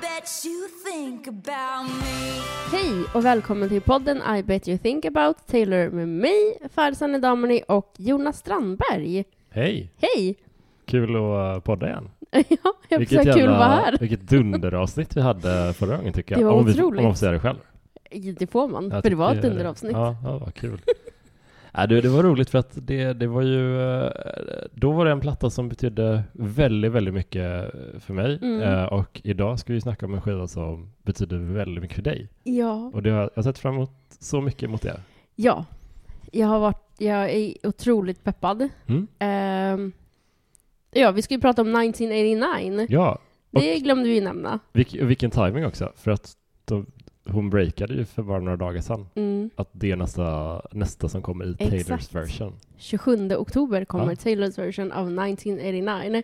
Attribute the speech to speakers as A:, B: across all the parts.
A: bet you think about me.
B: Hej och välkommen till podden I bet you think about Taylor med mig, Farzaneh Damani och Jonas Strandberg.
C: Hej!
B: Hej!
C: Kul att eh, podda igen.
B: ja, jag tycker det var kul att vara här.
C: vilket dunderavsnitt vi hade förra gången tycker jag.
B: Det var
C: om, vi, om
B: otroligt.
C: man får säga det själv.
B: Det får man,
C: Jag
B: för det var ett
C: tycker-
B: underavsnitt.
C: Ja, ja vad kul. ja, du, det var roligt för att det, det var ju, eh, då var det en platta som betydde väldigt, väldigt mycket för mig.
B: Mm.
C: Eh, Och idag ska vi snacka om en skiva som betyder väldigt mycket för dig.
B: Ja.
C: Och det har, jag har sett fram emot så mycket mot det.
B: ja. Jag har varit, jag är otroligt peppad.
C: Mm.
B: Ehm, ja, vi ska ju prata om 1989.
C: Ja,
B: Det glömde vi ju nämna.
C: vilk, och vilken timing också. För att de, hon breakade ju för bara några dagar sedan.
B: Mm.
C: att det är nästa, nästa som kommer i
B: Exakt.
C: Taylors version.
B: 27 oktober kommer
C: Ja.
B: Taylors version av 1989.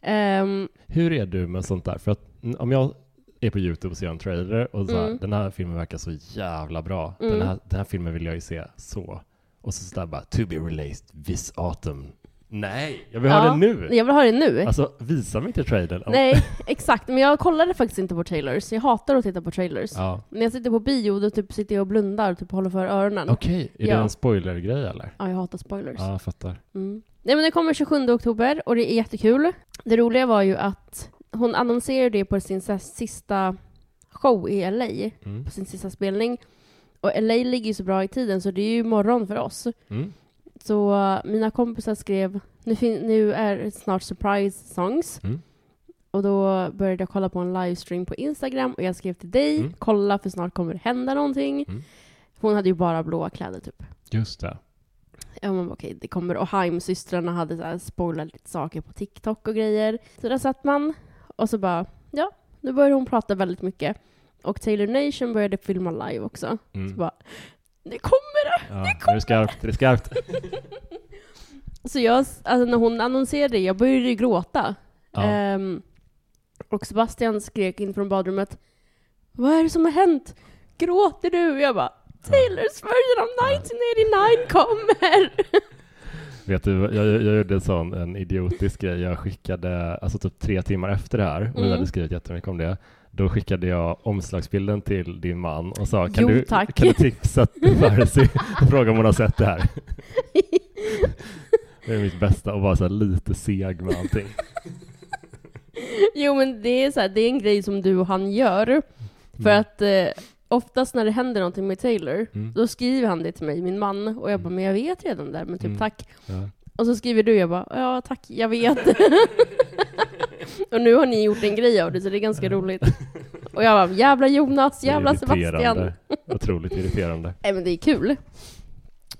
B: Ehm,
C: Hur är du med sånt där? För att n- om jag är på Youtube och ser en trailer och så här,
B: Mm.
C: den här filmen verkar så jävla bra.
B: Mm.
C: Den, här, den här filmen vill jag ju se så. Och så sådär bara, to be released this autumn. Nej, jag vill
B: Ja.
C: ha den nu!
B: jag vill ha det nu.
C: Alltså visa mig inte trailern. Om-
B: Nej, exakt. Men jag kollade faktiskt inte på trailers. Jag hatar att titta på trailers.
C: Ja.
B: När jag sitter på bio, då typ sitter jag och blundar och typ håller för öronen.
C: Okej, är
B: Ja.
C: det en spoilergrej eller?
B: Ja, jag hatar spoilers.
C: Ja, jag fattar.
B: Mm. Nej, men det kommer 27 oktober och det är jättekul. Det roliga var ju att hon annonserade det på sin så här sista show i LA,
C: Mm.
B: på sin sista spelning. Och LA ligger ju så bra i tiden, så det är ju morgon för oss.
C: Mm.
B: Så eh, mina kompisar skrev, nu, fin- nu är det snart surprise songs.
C: Mm.
B: Och då började jag kolla på en livestream på Instagram och jag skrev till dig,
C: Mm.
B: kolla för snart kommer det hända någonting.
C: Mm.
B: Hon hade ju bara blåa kläder typ.
C: Just det.
B: Ja men okej, det kommer. Och Haim-systrarna hade så här spoilat lite saker på TikTok och grejer. Så där satt man och så bara, ja, nu började hon prata väldigt mycket. Och Taylor Nation började filma live också. Så
C: Mm.
B: bara, det kommer det!
C: Ja, nu är det skarpt, det är skarpt.
B: Så jag, alltså när hon annonserade det, jag började ju gråta.
C: Ja.
B: Ehm, och Sebastian skrek in från badrummet, vad är det som har hänt? Gråter du? Jag bara, Taylors version av 1989 kommer!
C: Vet du, jag, jag gjorde en sån en idiotisk grej. Jag skickade, alltså typ tre timmar efter det här, och vi
B: Mm.
C: hade skrivit jättemycket om det, då skickade jag omslagsbilden till din man och sa kan,
B: Jo,
C: du,
B: tack."
C: kan du tipsa Farsi och fråga om hon har sett det här? Det är mitt bästa, och vara så här lite seg med allting.
B: jo men det är, så här, det är en grej som du och han gör. För
C: Mm.
B: att eh, oftast när det händer någonting med Taylor,
C: Mm.
B: då skriver han det till mig, min man, och jag bara,
C: Mm.
B: men jag vet redan där, men typ
C: Mm.
B: tack.
C: Ja.
B: Och så skriver du, jag bara, ja tack, jag vet. och nu har ni gjort en grej av det, så det är ganska roligt. Och jag bara, jävla Jonas,
C: Det är
B: jävla
C: irriterande.
B: Sebastian.
C: Otroligt irriterande.
B: Nej men det är kul.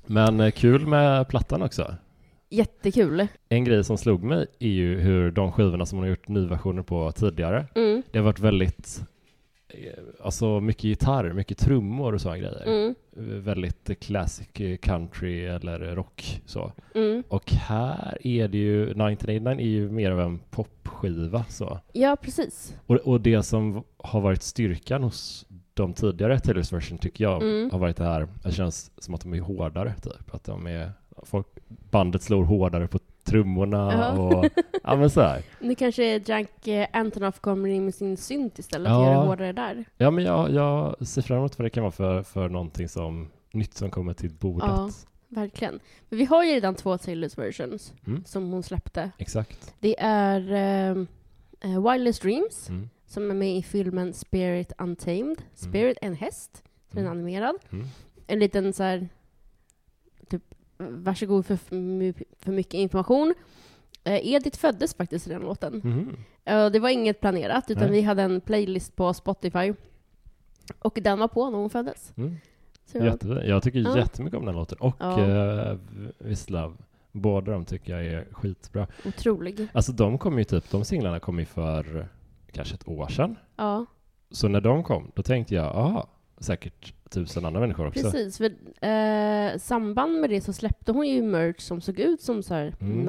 C: Men eh, kul med plattan också.
B: Jättekul.
C: En grej som slog mig är ju hur de skivorna som hon har gjort nyversioner på tidigare,
B: Mm.
C: Det har varit väldigt, eh, alltså mycket gitarr, mycket trummor och sådana grejer.
B: Mm.
C: Eh, Väldigt eh, classic eh, country eller rock så.
B: Mm.
C: Och här är det ju, 1989 är ju mer av en popskiva så.
B: Ja, precis.
C: Och, och det som v- har varit styrkan hos de tidigare Taylors version tycker jag
B: Mm.
C: har varit det här, det känns som att de är hårdare typ. Att de är, folk, bandet slår hårdare på trummorna
B: Ja.
C: och, ja men så här.
B: Nu kanske Jack eh, Antonoff kommer in med sin synt istället och
C: Ja.
B: gör det hårdare där.
C: Ja, men jag, jag ser fram emot vad det kan vara för, för någonting som nytt som kommer till bordet.
B: Ja. Verkligen. Men vi har ju redan två Taylors versions
C: Mm.
B: som hon släppte.
C: Exakt.
B: Det är eh, eh, Wildest Dreams
C: Mm.
B: som är med i filmen Spirit Untamed. Spirit en häst, så den är
C: Mm.
B: animerad.
C: Mm.
B: En liten så här, typ varsågod för, f- my- för mycket information. Eh, Edith föddes faktiskt i den låten.
C: Mhm.
B: Eh, det var inget planerat utan
C: Nej.
B: vi hade en playlist på Spotify. Och den var på när hon föddes.
C: Mm.
B: Så det var-
C: Jättefin. Jag tycker
B: Ja.
C: jättemycket om den låten och
B: Ja.
C: ja. This Love. Båda de tycker jag är skitbra.
B: otrolig.
C: Alltså de kom ju typ, de singlarna kom ju för kanske ett år sedan.
B: Ja,
C: Så när de kom, då tänkte jag, aha, säkert tusen andra människor också.
B: precis. För, eh, samband med det så släppte hon ju merch som såg ut som så här
C: Mm.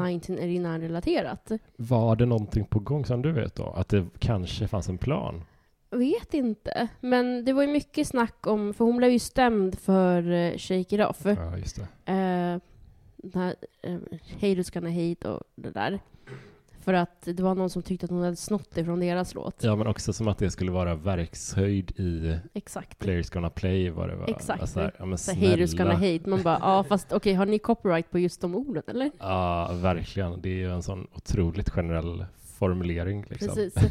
B: 1989-relaterat.
C: Var det någonting på gång som du vet då? Att det kanske fanns en plan?
B: Vet inte. Men det var ju mycket snack om, för hon blev ju stämd för eh, Shake It Off.
C: Ja, just det.
B: Eh, den här, eh, hej du ska hit och det där. För att det var någon som tyckte att hon hade snott det från deras låt.
C: Ja, men också som att det skulle vara verkshöjd i
B: Exakt.
C: Players gonna play, vad det var.
B: Exakt.
C: Alltså, här, ja, men
B: Så haters gonna
C: snälla.
B: hate. Man bara, ja fast okej, har ni copyright på just de orden eller?
C: Liksom. Ja, verkligen. Det är ju en sån otroligt generell formulering. Liksom.
B: Precis. Eh,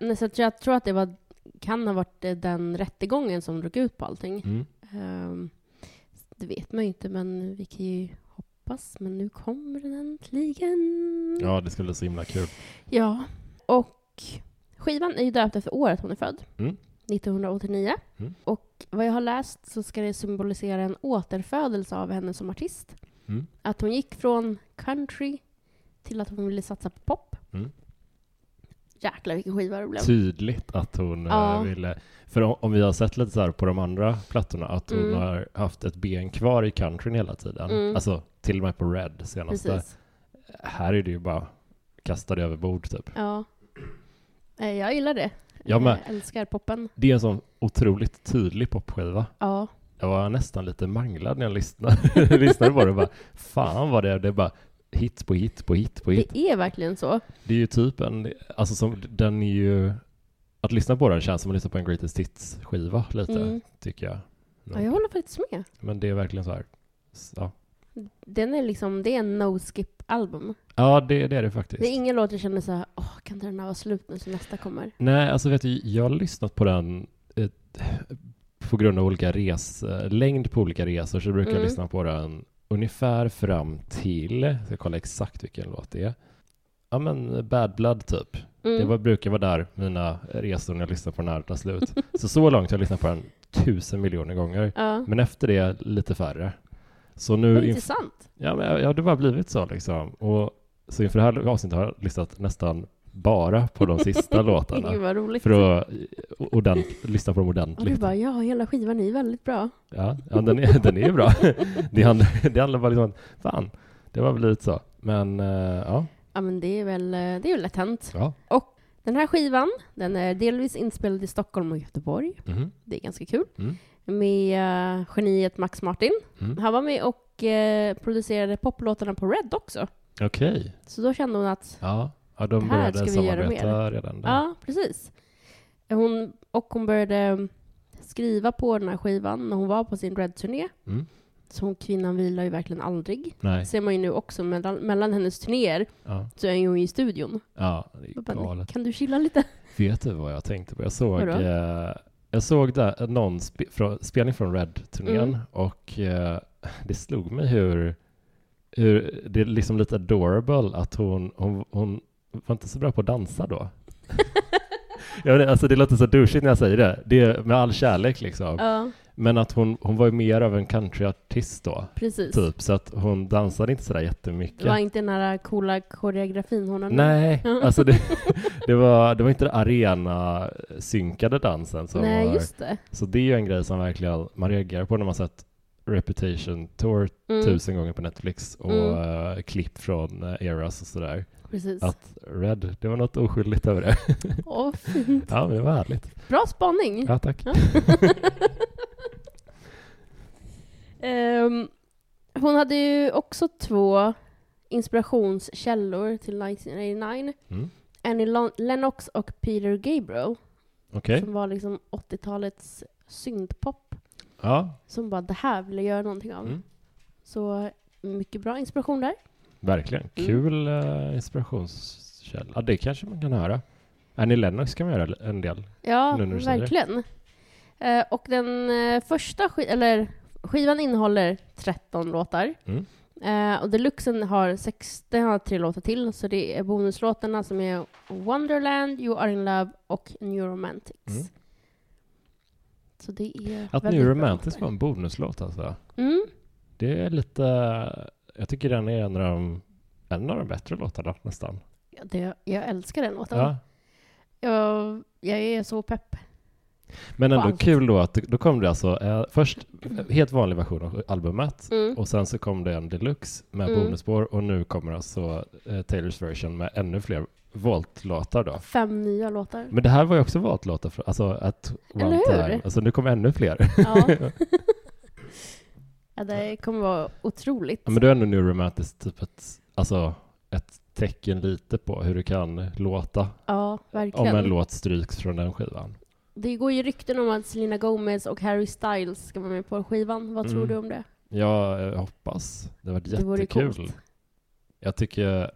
B: nej, så att jag tror att det var, kan ha varit eh, den rättegången som drog ut på allting.
C: Mm.
B: Ehm, det vet man ju inte, men vi kan ju hoppas. Men nu kommer den äntligen.
C: Ja, det skulle bli så himla kul.
B: Ja. Och skivan är ju döpt efter året hon är född.
C: Mm.
B: 1989.
C: Mm.
B: Och vad jag har läst så ska det symbolisera en återfödelse av henne som artist.
C: Mm.
B: Att hon gick från country till att hon ville satsa på pop.
C: Mm.
B: Jäklar vilken skiva det blev.
C: Tydligt att hon eh,
B: Ja.
C: ville... För om, om vi har sett lite så här på de andra plattorna, att hon
B: Mm.
C: har haft ett ben kvar i countryn hela tiden.
B: Mm.
C: Alltså, till och med på Red senaste.
B: Precis.
C: Här är det ju bara kastade över bord, typ.
B: Ja. Eh, Jag gillar det.
C: Jag med.
B: Eh, älskar poppen.
C: Det är en sån otroligt tydlig popskiva.
B: Ja.
C: Jag var nästan lite manglad när jag lyssnade, lyssnade på det. Bara, fan vad det är. Det är bara hit på hit på hit på hit.
B: Det är verkligen så.
C: Det är ju typ en, alltså som, den är ju, att lyssna på den känns som att lyssna på en Greatest Hits-skiva lite,
B: Mm.
C: tycker jag.
B: Ja, jag håller faktiskt med.
C: Men det är verkligen så här, s- ja.
B: Den är liksom, det är en no-skip-album.
C: Ja, det, det är det faktiskt.
B: Det är ingen låt jag känner så här, åh, kan inte den här vara slut nu så nästa kommer?
C: Nej, alltså vet du, jag har lyssnat på den eh, på grund av olika res, eh, längd på olika resor så brukar jag
B: Mm.
C: lyssna på den ungefär fram till, jag ska kolla exakt vilken låt det är. Ja men Bad Blood typ.
B: Mm.
C: Det var, brukar vara där mina resor när jag lyssnar på den här tar slut. så så långt har jag lyssnat på den tusen miljoner gånger.
B: ja.
C: Men efter det lite färre. Så
B: Vad
C: nu, inf-
B: intressant.
C: ja, men, ja det har bara blivit så liksom. Och, så inför det här avsnittet har jag lyssnat nästan bara på de sista låtarna.
B: Gud vad roligt.
C: För att eh, ordent- lyssna på dem
B: och du
C: ordentligt.
B: bara, ja, hela skivan är väldigt bra.
C: Ja, ja den, är, den är ju bra. Det handlar, det handlar bara liksom om att, fan, det har blivit så. Men eh, ja,
B: Ja, men det är väl, eh, det är väl lätt hänt.
C: ja.
B: Den här skivan, den är delvis inspelad i Stockholm och Göteborg.
C: Mhm.
B: Det är ganska kul.
C: Mm.
B: Med eh, geniet Max Martin.
C: Mm.
B: Han var med och eh, producerade poplåtarna på Red också.
C: Okej.
B: Så då kände hon att
C: Ja. ja,
B: Det
C: de
B: här
C: började
B: ska vi göra
C: samarbeta redan där.
B: Ja, precis. Hon, och hon började skriva på den här skivan när hon var på sin Red-turné.
C: Mm.
B: Så hon, kvinnan vilar ju verkligen aldrig.
C: Nej.
B: ser man ju nu också, mellan, mellan hennes turnéer
C: Ja.
B: så är hon ju i studion.
C: ja, det är
B: Jag Bara,
C: galet.
B: kan du chilla lite?
C: Vet du vad jag tänkte på? Jag såg,
B: Vadå?
C: eh, jag såg där någon spe, från, spelning från Red-turnén
B: Mm.
C: och eh, det slog mig hur, hur det är liksom lite adorable att hon, hon, hon var inte så bra på att dansa då. jag vet, inte, alltså det låter så douchigt när jag säger det, det är med all kärlek liksom.
B: Ja,
C: Men att hon, hon var ju mer av en countryartist då,
B: precis.
C: typ, så att hon dansade inte sådär jättemycket.
B: Det var inte den här coola koreografin hon har nu.
C: Nej,
B: Ja.
C: alltså det, det, var, det var inte den arena-synkade dansen. Som
B: Nej,
C: var,
B: just det.
C: Så det är ju en grej som verkligen man reagerar på när man sett Reputation Tour
B: Mm,
C: tusen gånger på Netflix och
B: Mm.
C: eh, klipp från eh, Eras och sådär.
B: Precis. Åh,
C: Att Red, det var något oskyldigt över det.
B: vad fint.
C: ja, men det var härligt.
B: Bra spaning.
C: Ja, tack.
B: Mm. Ja. Ehm, hon hade ju också två inspirationskällor till 1989.
C: Mm.
B: Annie Lon- Lennox och Peter Gabriel,
C: Okej.
B: som var liksom 80-talets syntpop,
C: Ja,
B: som bara det här vill jag göra någonting av.
C: Mm.
B: Så mycket bra inspiration där.
C: verkligen.
B: Mm.
C: Kul eh, inspirationskälla. Ja, det kanske man kan höra. Annie Lennox kan man göra en del.
B: Ja,
C: Nu när du säger det.
B: verkligen. Eh, och den eh, första sk- eller skivan innehåller 13 låtar.
C: Mm.
B: Eh, och deluxen har, sex, den har tre låtar till, så det är bonuslåtarna som är Wonderland, You Are In Love och New Romantics.
C: Mm.
B: Så det är
C: Att
B: väldigt bra
C: New Romantics
B: låtar.
C: var en bonuslåt alltså.
B: Mm,
C: Det är lite, jag tycker den är en av de, en av de bättre låtarna nästan.
B: ja, det, jag älskar den låten.
C: Ja.
B: Jag, jag är så pepp.
C: Men
B: på
C: ändå
B: allt.
C: kul då att då kom det alltså eh, först helt vanlig version av albumet
B: Mm.
C: och sen så kom det en deluxe med
B: Mm.
C: bonusspår och nu kommer alltså eh, Taylors version med ännu fler Volt-låtar då.
B: Fem nya låtar.
C: Men det här var ju också Volt-låtar, från- alltså att
B: Eller
C: one
B: hur?
C: time. Alltså nu kommer ännu fler.
B: Ja. ja, det kommer vara otroligt.
C: Ja, Men då är ändå New Romantics typ ett, alltså ett tecken lite på hur det kan låta
B: Ja,
C: om
B: verkligen.
C: en låt stryks från den skivan.
B: Det går ju rykten om att Selena Gomez och Harry Styles ska vara med på skivan. Vad tror
C: Mm.
B: du om det?
C: Jag eh, hoppas. Det var
B: Det vore
C: jättekul.
B: coolt.
C: Jag tycker...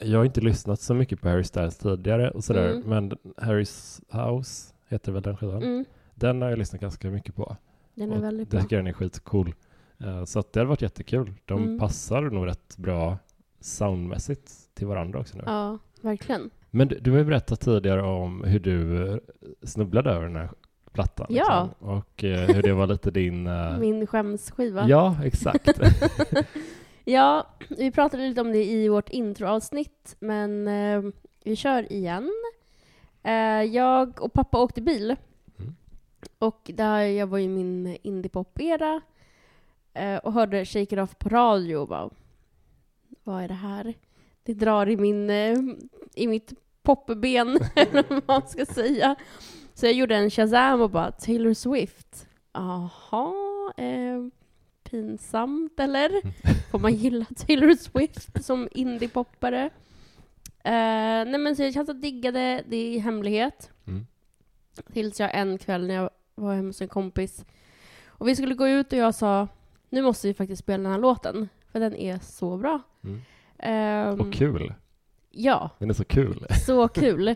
C: Jag har inte lyssnat så mycket på Harry Styles tidigare och sådär,
B: Mm.
C: men Harry's House heter väl den skivan?
B: Mm.
C: Den har jag lyssnat ganska mycket på.
B: Den är
C: Och
B: väldigt
C: jag
B: bra.
C: tycker den är skitcool. Eh, Så att det hade varit jättekul. De
B: Mm.
C: passar nog rätt bra soundmässigt till varandra också nu.
B: Ja, verkligen.
C: Men du, du har ju berättat tidigare om hur du eh, snubblade över den här plattan.
B: Ja.
C: liksom. Och eh, hur det var lite din... eh,
B: Min skämsskiva.
C: ja, exakt.
B: Ja, vi pratade lite om det i vårt introavsnitt, men eh, vi kör igen. Eh, jag och pappa åkte bil.
C: Mm.
B: Och där jag var i min indiepop-era eh, och hörde Shake It Off på radio och bara Vad är det här? Det drar i, min, eh, i mitt popben, eller vad man ska säga. Så jag gjorde en Shazam och bara Taylor Swift. Aha, eh, pinsamt eller? Får man gilla Taylor Swift som indiepoppare? Eh, nej men så jag satt och diggade det i hemlighet.
C: Mm.
B: Tills jag en kväll när jag var hemma hos en kompis och vi skulle gå ut och jag sa nu måste vi faktiskt spela den här låten för den är så bra.
C: Mm.
B: Ehm,
C: Och kul.
B: Ja,
C: Den är så kul.
B: så kul.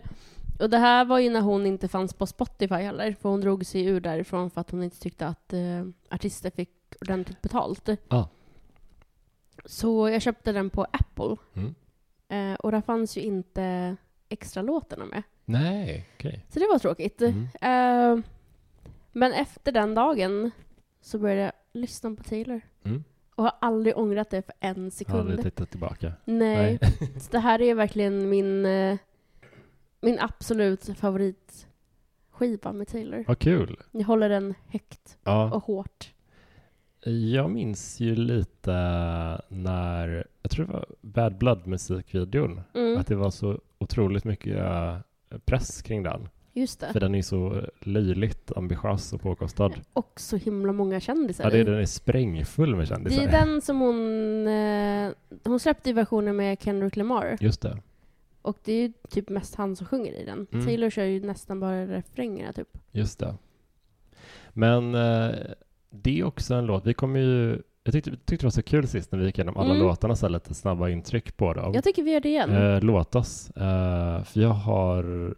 B: Och det här var ju när hon inte fanns på Spotify heller, för hon drog sig ur därifrån för att hon inte tyckte att eh, artister fick ordentligt betalt.
C: Ah.
B: Så jag köpte den på Apple,
C: Mm.
B: eh, och där fanns ju inte extra låtarna med.
C: Nej, okej.
B: Så det var tråkigt.
C: Mm.
B: Eh, men efter den dagen så började jag lyssna på Taylor.
C: Mm.
B: Och har aldrig ångrat det för en
C: Jag har
B: sekund.
C: aldrig tittat tillbaka.
B: Nej. Så det här är verkligen min, eh, min absolut favoritskiva med Taylor.
C: Vad kul.
B: Jag håller den högt
C: Ja,
B: och hårt.
C: jag minns ju lite när, jag tror det var Bad Blood musikvideon,
B: Mm,
C: att det var så otroligt mycket eh, press kring den.
B: just det.
C: För den är ju så löjligt ambitiös och påkostad.
B: Och så himla många kändisar
C: Ja, det
B: i.
C: är, den är sprängfull med kändisar.
B: det är den som hon... Eh, hon släppte ju versionen med Kendrick Lamar.
C: Just det.
B: Och det är ju typ mest han som sjunger i den.
C: Mm.
B: Taylor kör ju nästan bara refrängerna typ.
C: Just det. Men eh, det är också en låt. Vi kommer ju... Jag tyckte, tyckte det var så kul sist när vi gick igenom alla
B: Mm.
C: låtarna så här lite snabba intryck på dem.
B: Jag tycker vi gör det igen.
C: Eh, låt oss. Eh, för jag har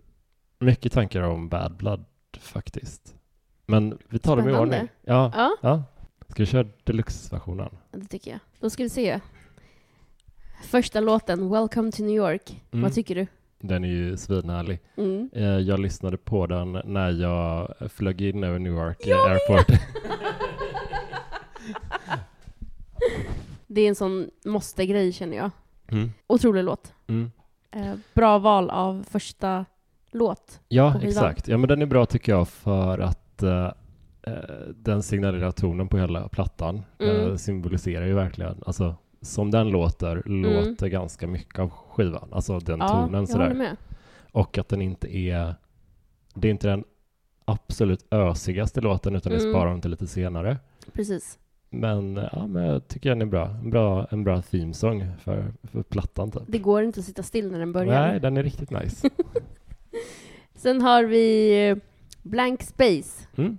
C: mycket tankar om Bad Blood faktiskt. Men vi tar dem i
B: Spännande.
C: ordning. Ja,
B: Ja,
C: ja. Ska vi köra deluxe-versionen?
B: det tycker jag. Då ska vi se. Första låten, Welcome to New York.
C: Mm.
B: Vad tycker du?
C: Den är ju svinhärlig.
B: Mm.
C: Eh, Jag lyssnade på den när jag flög in över Newark jag Airport.
B: Det är en sån måste-grej känner jag.
C: Mm.
B: Otrolig låt.
C: Mm.
B: Eh, bra val av första låt.
C: Ja,
B: På skivan.
C: exakt. Ja, men den är bra tycker jag för att eh, eh, den signalerar tonen på hela plattan.
B: Mm.
C: Eh, symboliserar ju verkligen, alltså som den låter,
B: Mm.
C: låter ganska mycket av skivan. Alltså den tonen
B: jag håller
C: sådär.
B: med.
C: Och att den inte är, det är inte den absolut ösigaste låten utan det
B: Mm.
C: sparar de till lite senare.
B: Precis.
C: Men, eh, ja, men jag tycker den är bra. En bra, en bra themesång för, för plattan typ.
B: Det går inte att sitta still när den börjar.
C: Nej, den är riktigt nice.
B: Sen har vi eh, Blank Space.
C: Mm.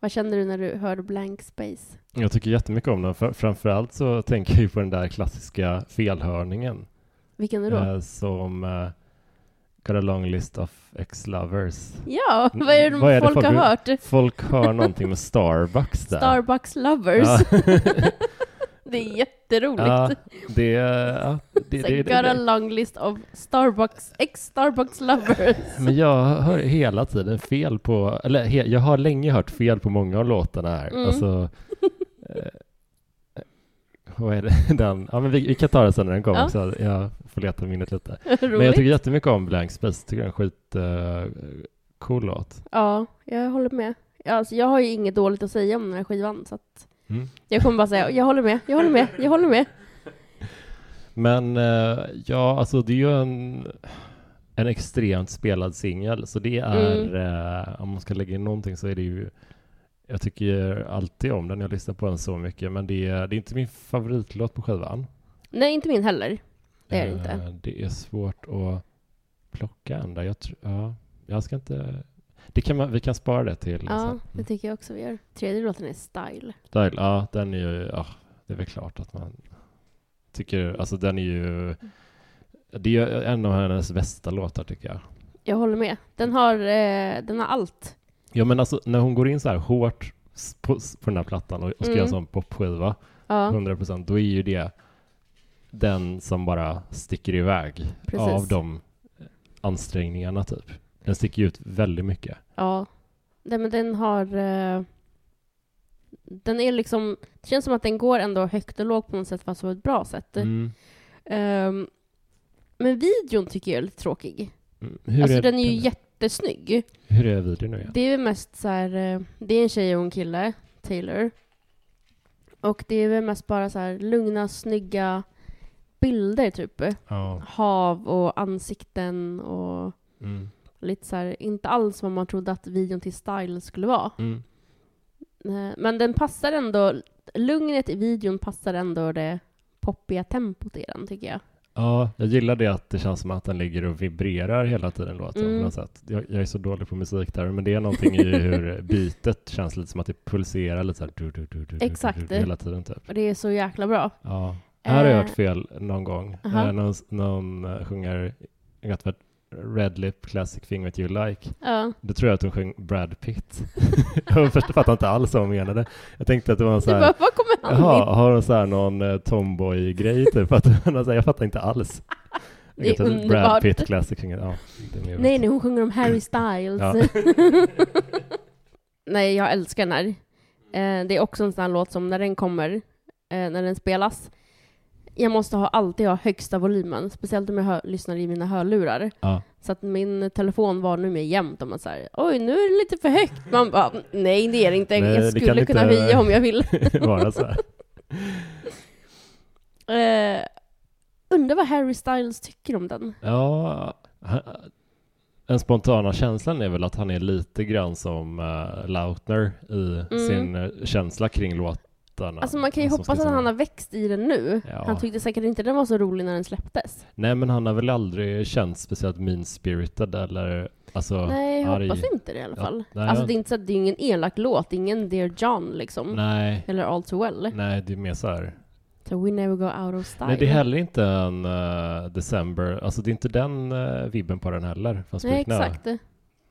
B: Vad känner du när du hör Blank Space?
C: Jag tycker jättemycket om den. Fr- Framförallt så tänker jag ju på den där klassiska felhörningen.
B: Vilken är det då?
C: eh, som eh, Got a long list of ex-lovers.
B: ja, vad är det,
C: vad är det
B: folk,
C: folk-
B: har hört?
C: Folk hör någonting med Starbucks där.
B: Starbucks Lovers.
C: Ja.
B: det är jätteroligt.
C: Ja, det, ja, det,
B: It's a
C: det, det,
B: got a
C: det.
B: long list of Starbucks, ex-Starbucks lovers.
C: Men jag hör hela tiden fel på, eller he, jag har länge hört fel på många av låtarna här.
B: Mm.
C: Alltså, eh, vad är det? Den, ja, men vi, vi kan ta det sen när den kommer
B: Ja.
C: så jag får leta minnet lite. Men jag
B: Roligt.
C: tycker jättemycket om Blank Space, tycker den är en skit eh, cool låt.
B: Ja, jag håller med. Ja, Alltså, jag har ju inget dåligt att säga om den här skivan, så att
C: Mm.
B: jag kommer bara säga jag håller med, jag håller med, jag håller med.
C: Men eh, ja, alltså det är ju en, en extremt spelad singel, så det är,
B: Mm.
C: eh, om man ska lägga in någonting så är det ju, jag tycker alltid om den, jag lyssnar på den så mycket, men det är, det är inte min favoritlåt på skivan.
B: Nej, inte min heller. Det är det inte.
C: Eh, Det är svårt att plocka andra. Jag, tr- ja, jag ska inte... Det kan man, vi kan spara det till
B: Ja,
C: sen.
B: det tycker jag också vi gör. Tredje låten är Style.
C: Style, ja, den är ju, ja, det är väl klart att man tycker, alltså den är ju, det är ju en av hennes bästa låtar tycker jag.
B: Jag håller med. Den har, eh, den har allt.
C: Ja men alltså när hon går in så här hårt s- på, s- på den här plattan och, och ska
B: Mm.
C: göra sån popskiva,
B: Ja,
C: 100 procent, då är ju det den som bara sticker iväg
B: Precis.
C: av de ansträngningarna typ. Den sticker ju ut väldigt mycket.
B: ja. Nej, men den har... Eh, den är liksom... Det känns som att den går ändå högt och lågt på något sätt, fast på ett bra sätt.
C: Mm.
B: Ehm, men videon tycker jag är lite tråkig.
C: Mm. Hur,
B: alltså
C: är,
B: den är ju jättesnygg.
C: hur är videon nu igen?
B: Det är väl mest så här, eh, det är en tjej och en kille, Taylor. Och det är väl mest bara så här lugna, snygga bilder typ.
C: Ja.
B: Hav och ansikten och
C: Mm.
B: lite så här, inte alls vad man trodde att videon till Style skulle vara.
C: Mm.
B: Eh, Men den passar ändå, lugnet i videon passar ändå det poppiga tempot i den tycker jag.
C: Ja, jag gillar det att det känns som att den ligger och vibrerar hela tiden låten
B: Mm.
C: på något sätt. Jag, jag är så dålig på musik där, men det är någonting i hur bitet känns lite som att det pulserar lite så här du, du, du, du,
B: Exakt.
C: du, du, hela tiden typ.
B: Och det är så jäkla bra.
C: Ja. Här har jag
B: Eh.
C: hört fel någon gång.
B: Aha.
C: Eh, någon, någon eh, sjunger jag vet vad, Red Lip Classic Thing That You Like.
B: Ja.
C: Då tror jag att hon sjöng Brad Pitt. jag först fattade inte alls vad hon menade. Jag tänkte att det var en
B: Du
C: så här
B: bara, vad kommer han in?
C: Jaha, har de så här någon eh, tomboy-grej typ? Att man har så här, jag fattar inte alls.
B: Det är
C: Jag vet att
B: underbart.
C: Brad Pitt classic sjunger, ja. det är mer
B: Nej,
C: vet.
B: nej, hon sjunger om Harry Styles.
C: Ja.
B: nej, jag älskar den här. Eh, det är också en sån här låt som när den kommer, eh, när den spelas, jag måste ha, alltid ha högsta volymen, speciellt om jag hör, lyssnar i mina hörlurar.
C: Ja.
B: Så att min telefon var nu med jämnt, och man säger oj nu är det lite för högt. Man bara, nej det är det inte,
C: Nej,
B: jag
C: det kan
B: skulle kunna
C: inte-
B: höja om jag vill.
C: Bara så här.
B: Eh, undrar vad Harry Styles tycker om den?
C: Ja, han- den spontana känslan är väl att han är lite grann som eh, Lautner i
B: Mm.
C: sin eh, känsla kring låtarna.
B: Alltså man kan ju
C: Vad som
B: hoppas
C: ska
B: att han
C: komma.
B: har växt i den nu.
C: Ja.
B: Han tyckte säkert inte den var så rolig när den släpptes.
C: Nej, men han har väl aldrig känts speciellt mean-spirited eller alltså
B: nej, jag
C: arg.
B: hoppas inte det i alla
C: Ja,
B: fall.
C: nej,
B: alltså
C: jag-
B: det är inte så att det är ingen elak låt, det är ingen Dear John liksom.
C: Nej,
B: Eller All Too Well.
C: nej, det är mer så här
B: Så We Never Go Out of Style.
C: Nej, det är heller inte en eh, December. Alltså det är inte den eh, vibben på den heller. Från
B: Nej,
C: Sputnik.
B: exakt.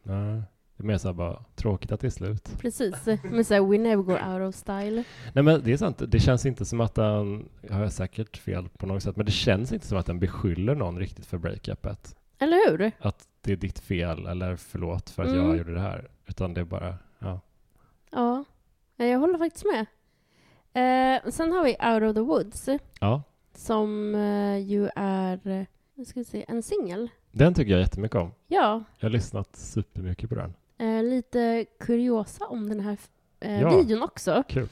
C: Nej. Det är mer såhär bara, tråkigt att det är slut.
B: Precis. Men såhär, We Never Go Out of Style.
C: Nej men det är sant, det känns inte som att den, har jag säkert fel på något sätt, men det känns inte som att den beskyller någon riktigt för breakupet.
B: Eller hur?
C: Det är ditt fel eller förlåt för att
B: Mm.
C: jag gjorde det här. Utan det är bara, ja.
B: Ja. Nej, Jag håller faktiskt med. Eh, sen har vi Out of the Woods,
C: ja.
B: som eh, ju är, eh, nu ska vi se, en singel.
C: Den tycker jag jättemycket om.
B: Ja,
C: Jag har lyssnat supermycket på den.
B: Eh, lite kuriosa om den här eh,
C: Ja.
B: videon också.
C: Kul.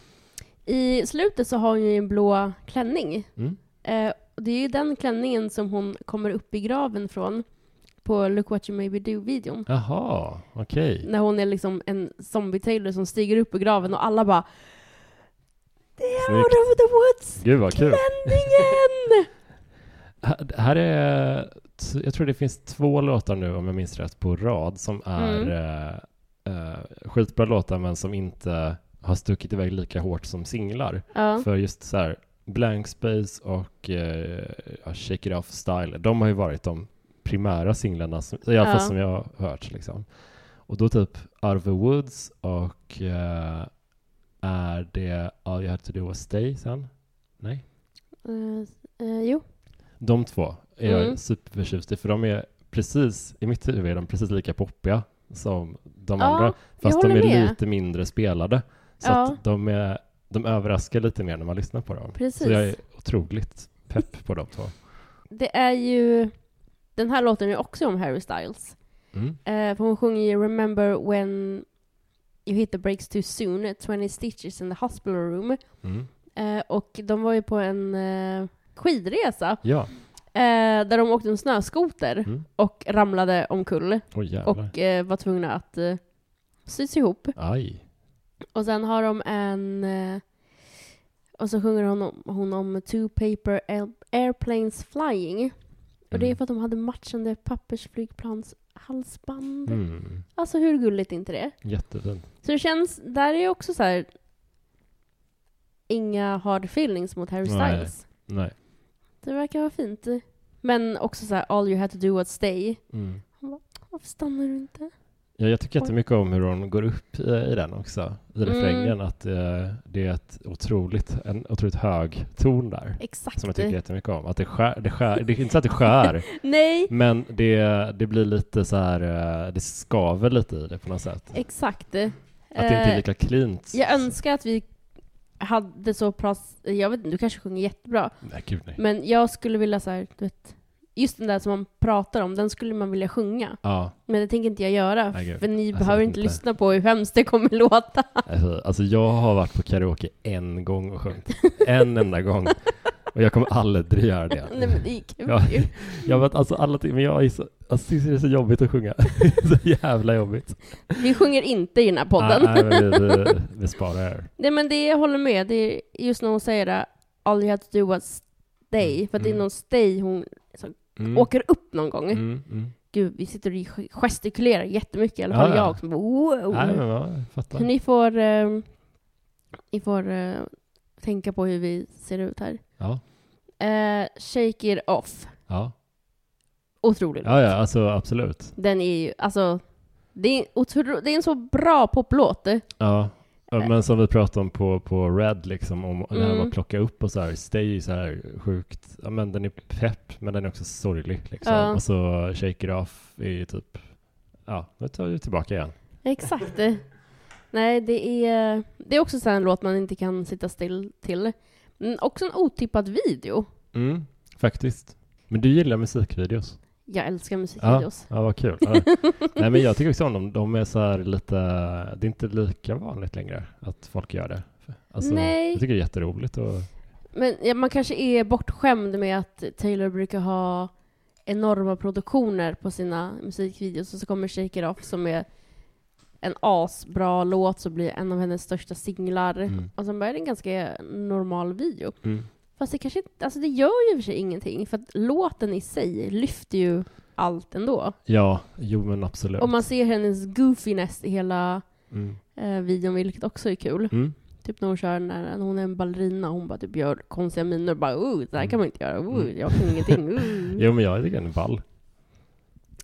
B: I slutet så har hon ju en blå klänning.
C: Mm.
B: Eh, och det är ju den klänningen som hon kommer upp i graven från på Look What You Maybe Do-videon.
C: Jaha, okej.
B: När hon är liksom en zombie-Taylor som stiger upp ur graven och alla bara Det är
C: Snyggt.
B: Out of the Woods!
C: Gud vad kul.
B: Klänningen!
C: Här- Här är, t- jag tror det finns två låtar nu om jag minns rätt på rad som är
B: Mm.
C: eh, eh, skitbra låtar men som inte har stuckit iväg lika hårt som singlar.
B: ja,
C: För just så här, Blank Space och eh, ja, Shake It Off Style, de har ju varit de primära singlarna, som, i alla fall
B: Ja.
C: som jag har hört. Liksom. Och då typ Arve Woods och eh, är det All You Had To Do Was Stay sen? Nej?
B: eh, eh, jo.
C: De två är jag
B: Mm.
C: superförtjust i, för de är precis, i mitt huvud är de precis lika poppiga som de
B: Ja,
C: andra, fast de
B: håller
C: är
B: med.
C: lite mindre spelade. Så
B: Ja.
C: att de, är, de överraskar lite mer när man lyssnar på dem.
B: Precis.
C: Så jag är otroligt pepp på de två.
B: Det är ju... Den här låten är också om Harry Styles.
C: Mm.
B: Eh, för hon sjunger ju “Remember when you hit the breaks too soon, 20 stitches in the hospital room”.
C: Mm.
B: Eh, och de var ju på en eh, skidresa
C: Ja,
B: eh, där de åkte en snöskoter
C: Mm.
B: och ramlade omkull
C: oj jävlar.
B: och eh, var tvungna att eh, sys ihop.
C: Aj.
B: Och sen har de en... Eh, Och så sjunger hon om, hon om two paper air- airplanes flying. Och det är
C: Mm.
B: för att de hade matchande pappersflygplanshalsband.
C: Mm.
B: Alltså hur gulligt är inte det?
C: Jättefint.
B: Så det känns, där är också så här inga hard feelings mot Harry
C: Nej.
B: Styles.
C: Nej.
B: Det verkar vara fint. Men också så här all you had to do was stay.
C: Mm.
B: Varför stannar du inte?
C: Ja, jag tycker jättemycket om hur hon går upp i, i den också, i
B: Mm.
C: refrängen, att eh, det är ett otroligt, en otroligt hög ton där.
B: Exakt.
C: Som jag tycker jättemycket om. Att det skär, det skär, det är inte så att det skär,
B: Nej,
C: men det, det blir lite så här, eh, det skaver lite i det på något sätt.
B: exakt.
C: Att det inte är lika cleant.
B: Eh, Jag önskar att vi hade så bra... Jag vet inte, du kanske sjunger jättebra.
C: Nej, gud nej.
B: Men jag skulle vilja så här, du vet, just den där som man pratar om, den skulle man vilja sjunga.
C: Ja,
B: Men det tänker inte jag göra,
C: Nej, gud.
B: för ni
C: Alltså,
B: behöver inte
C: inte.
B: lyssna på hur hemskt det kommer låta.
C: alltså, alltså jag har varit på karaoke en gång och sjungit. En enda gång. Och jag kommer aldrig göra det.
B: Nej men det är kul
C: Ja.
B: ju.
C: Jag vet, alltså alla ting, men jag är så, alltså, det är så jobbigt att sjunga. så jävla jobbigt.
B: Vi sjunger inte i den här podden.
C: Ah, Nej, nej, men vi, vi, vi sparar det här.
B: Nej men det jag håller med, det är just när hon säger det, all you had to do was stay, för att det är
C: Mm.
B: någon stay hon
C: Mm.
B: åker upp någon gång.
C: Mm, mm.
B: Gud, vi sitter och gestikulerar jättemycket, i alla fall
C: Ja, ja.
B: jag som bara, wow.
C: Nej, men ja, jag fattar.
B: Oh. Ni får, eh, ni får eh, tänka på hur vi ser ut här.
C: Ja,
B: Eh, shake it off.
C: ja.
B: Otrolig
C: ja, ja
B: låt.
C: alltså absolut.
B: Den är ju, alltså, det är, otro, det är en så bra poplåt.
C: Ja. Ja, Men som vi pratade om på, på Red, liksom, om det här med
B: Eh. Mm.
C: att plocka upp och så här, Stay är ju så här sjukt, ja men den är pepp, men den är också sorglig liksom.
B: Ja.
C: Och så Shake It Off är ju typ, ja, nu tar vi tillbaka igen.
B: Exakt. Nej, det är, det är också så här en låt man inte kan sitta still till. Men också en otippad video.
C: Mm, faktiskt. Men du gillar musikvideos?
B: Jag älskar musikvideos.
C: Ja, vad kul. Ja. Nej, men jag tycker också om dem. De är så här lite, det är inte lika vanligt längre att folk gör det. Alltså,
B: Nej.
C: Jag tycker det är jätteroligt. Och,
B: Men ja, man kanske är bortskämd med att Taylor brukar ha enorma produktioner på sina musikvideos och så kommer Shake It Off som är en asbra låt så blir en av hennes största singlar.
C: Mm.
B: Och sen börjar det en ganska normal video. Fast det kanske inte, alltså det gör ju i och för sig ingenting för att låten i sig lyfter ju allt ändå.
C: Ja, jo men absolut.
B: Om man ser hennes goofiness i hela
C: Mm.
B: eh, videon, vilket också är kul.
C: Mm.
B: Typ när hon kör den där, när hon är en ballerina, hon bara typ gör konstiga miner och bara oh, det här kan
C: Mm.
B: man inte göra, oh,
C: Mm.
B: jag kan ingenting, oh.
C: Jo men jag tycker den är ball.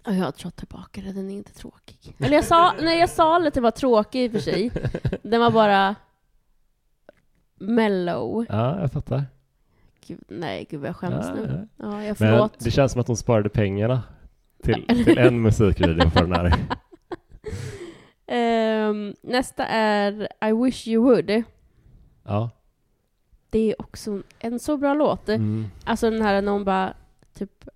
B: Och jag tar tillbaka det, den är inte tråkig. Eller jag sa, nej jag sa lite var tråkig i och för sig. Den var bara mellow.
C: Ja, jag fattar.
B: Gud, nej gud vad jag skäms
C: ja,
B: nu.
C: ja.
B: Ja, jag
C: Men
B: förlåt.
C: det känns som att hon sparade pengarna till, till en musikvideo för den här.
B: Ehm, nästa är I wish you would.
C: Ja.
B: Det är också en så bra låt.
C: Mm.
B: Alltså den här när hon bara typ...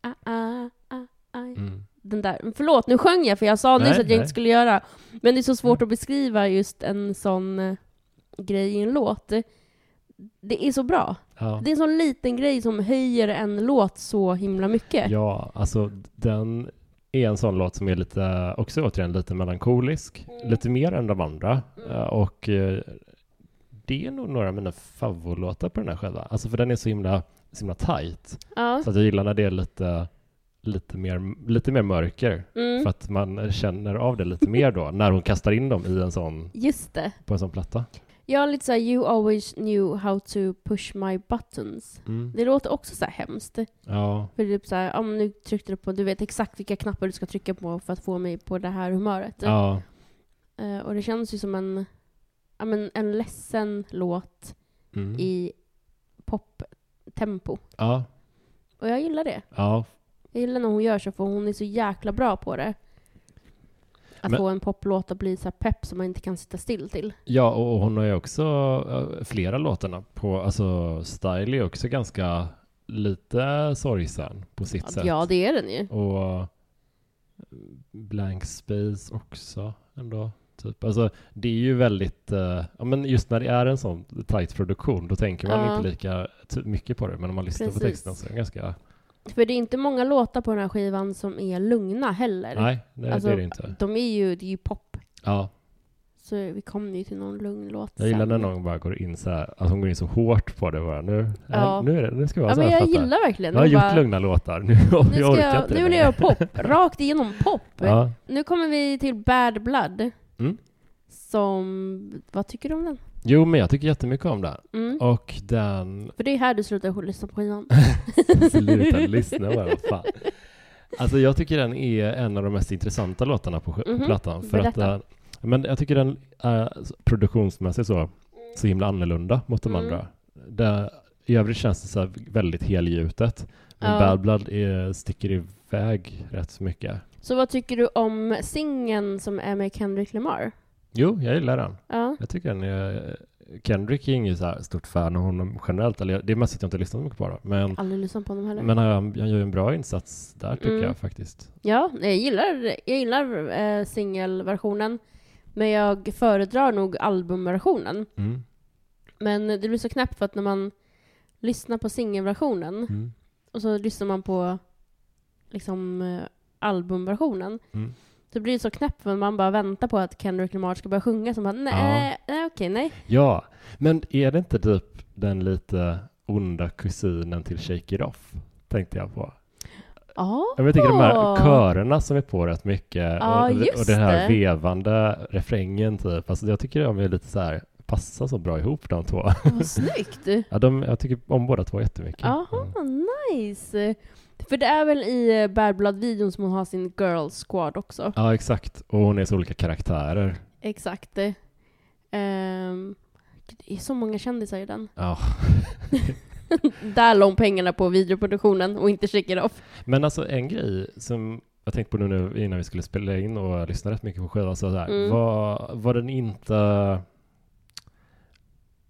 B: Ah, ah, ah, aj.
C: Mm.
B: Den där. Förlåt, nu sjöng jag för jag sa
C: Nej,
B: nyss att jag
C: nej. Mm.
B: inte skulle göra. Men det är så svårt att beskriva just en sån eh, grej i en låt. Det är så bra.
C: Ja.
B: Det är en sån liten grej som höjer en låt så himla mycket.
C: Ja, alltså den är en sån låt som är lite, också återigen lite melankolisk,
B: Mm.
C: lite mer än de andra. Eh, Och eh, det är nog några av mina favoritlåtar på den här skivan. Alltså för den är så himla, så himla tight.
B: Ja.
C: Så att jag gillar när det är lite, lite, mer, lite mer mörker.
B: Mm.
C: För att man känner av det lite mer då, när hon kastar in dem i en sån,
B: Just det.
C: på en sån platta.
B: Jag har lite såhär You always knew how to push my buttons. Det låter också så här hemskt.
C: Ja,
B: För typ såhär, ja men nu tryckte du på, du vet exakt vilka knappar du ska trycka på för att få mig på det här humöret.
C: ja,
B: Eh, och det känns ju som en, ja men en ledsen låt
C: mm.
B: i poptempo.
C: ja,
B: Och jag gillar det.
C: ja,
B: Jag gillar när hon gör så, för hon är så jäkla bra på det. Att
C: Men-
B: få en poplåt att bli så här pepp som man inte kan sitta still till.
C: Ja, och och hon har ju också eh, flera låtarna på, alltså Style är också ganska lite sorgsen på sitt sätt.
B: Ja, det är den ju.
C: Och eh, Blank Space också ändå. Typ. Alltså, det är ju väldigt, eh, ja men just när det är en sån tight produktion då tänker man
B: Ja.
C: inte lika ty- mycket på det, men om man lyssnar på
B: Precis.
C: texten så är den ganska,
B: För det är inte många låtar på den här skivan som är lugna heller.
C: nej, nej
B: Alltså,
C: det är det inte.
B: De är ju, det är ju pop.
C: Ja,
B: Så vi kom ju till någon lugn låt
C: Jag gillar
B: sen.
C: när någon bara går in så här, att hon går in så hårt på det bara. Nu,
B: Ja.
C: nu, är det, nu ska vi
B: Ja,
C: vara så
B: men
C: här,
B: jag
C: fattar.
B: gillar verkligen.
C: Jag har
B: Jag
C: gjort
B: bara,
C: lugna låtar. Nu, jag
B: Nu, ska
C: orkar
B: jag,
C: inte
B: nu
C: det
B: vill jag
C: längre.
B: göra pop, rakt igenom pop.
C: Ja.
B: Nu kommer vi till Bad Blood.
C: Mm.
B: Som, vad tycker du om den?
C: Jo, men jag tycker jättemycket om den.
B: Mm.
C: Och den...
B: För det är här du slutar lyssna på skivan.
C: Sluta lyssna bara, vad fan. Alltså jag tycker den är en av de mest intressanta låtarna på sk-
B: Mhm,
C: plattan. För att
B: berätta.
C: den, men jag tycker den är s- produktionsmässigt så, så himla annorlunda mot de
B: Mm.
C: andra. Det, I övrigt känns det så här väldigt helgjutet. Men
B: Ja.
C: Bad Blood är, sticker iväg rätt så mycket.
B: Så vad tycker du om singeln som är med Kendrick Lamar?
C: Jo, jag gillar den.
B: Ja.
C: Jag tycker den är... Kendrick är inget så här stort fan av honom generellt. Eller jag- det är mest att jag inte lyssnar så mycket på det. Men,
B: Aldrig lyssnat på honom heller.
C: men han, han gör ju en bra insats där tycker
B: Mm.
C: jag faktiskt.
B: Ja, jag gillar, jag gillar eh, singelversionen. Men jag föredrar nog albumversionen.
C: Mm.
B: Men det blir så knäppt för att när man lyssnar på singelversionen
C: Mm.
B: och så lyssnar man på liksom eh, albumversionen.
C: Mm.
B: Så blir det så knäppt för man bara väntar på att Kendrick Lamar ska börja sjunga. Så man bara, nej, nej, okej, nej.
C: Ja, men är det inte typ den lite onda kusinen till Shake It Off? Tänkte jag på.
B: Ja,
C: Jag tänker de här
B: Åh.
C: körerna som är på rätt mycket
B: Ja,
C: och, och
B: just
C: den här
B: det.
C: vevande refrängen typ. Alltså jag tycker de är lite så här passar så bra ihop de två.
B: vad snyggt.
C: Ja, de, jag tycker om båda två jättemycket. Mm.
B: Jaha, nice. För det är väl i eh, Bad Blood-videon som hon har sin girl squad också.
C: Ja, exakt. Och hon är så olika karaktärer.
B: Exakt. Eh, ehm, det är så många kändisar i den.
C: Ja.
B: Där la hon pengarna på videoproduktionen och inte Shake It Off.
C: Men alltså en grej som jag tänkte på nu när- innan vi skulle spela in och jag lyssnade rätt mycket på skivan så här,
B: Mm.
C: var, var den inte...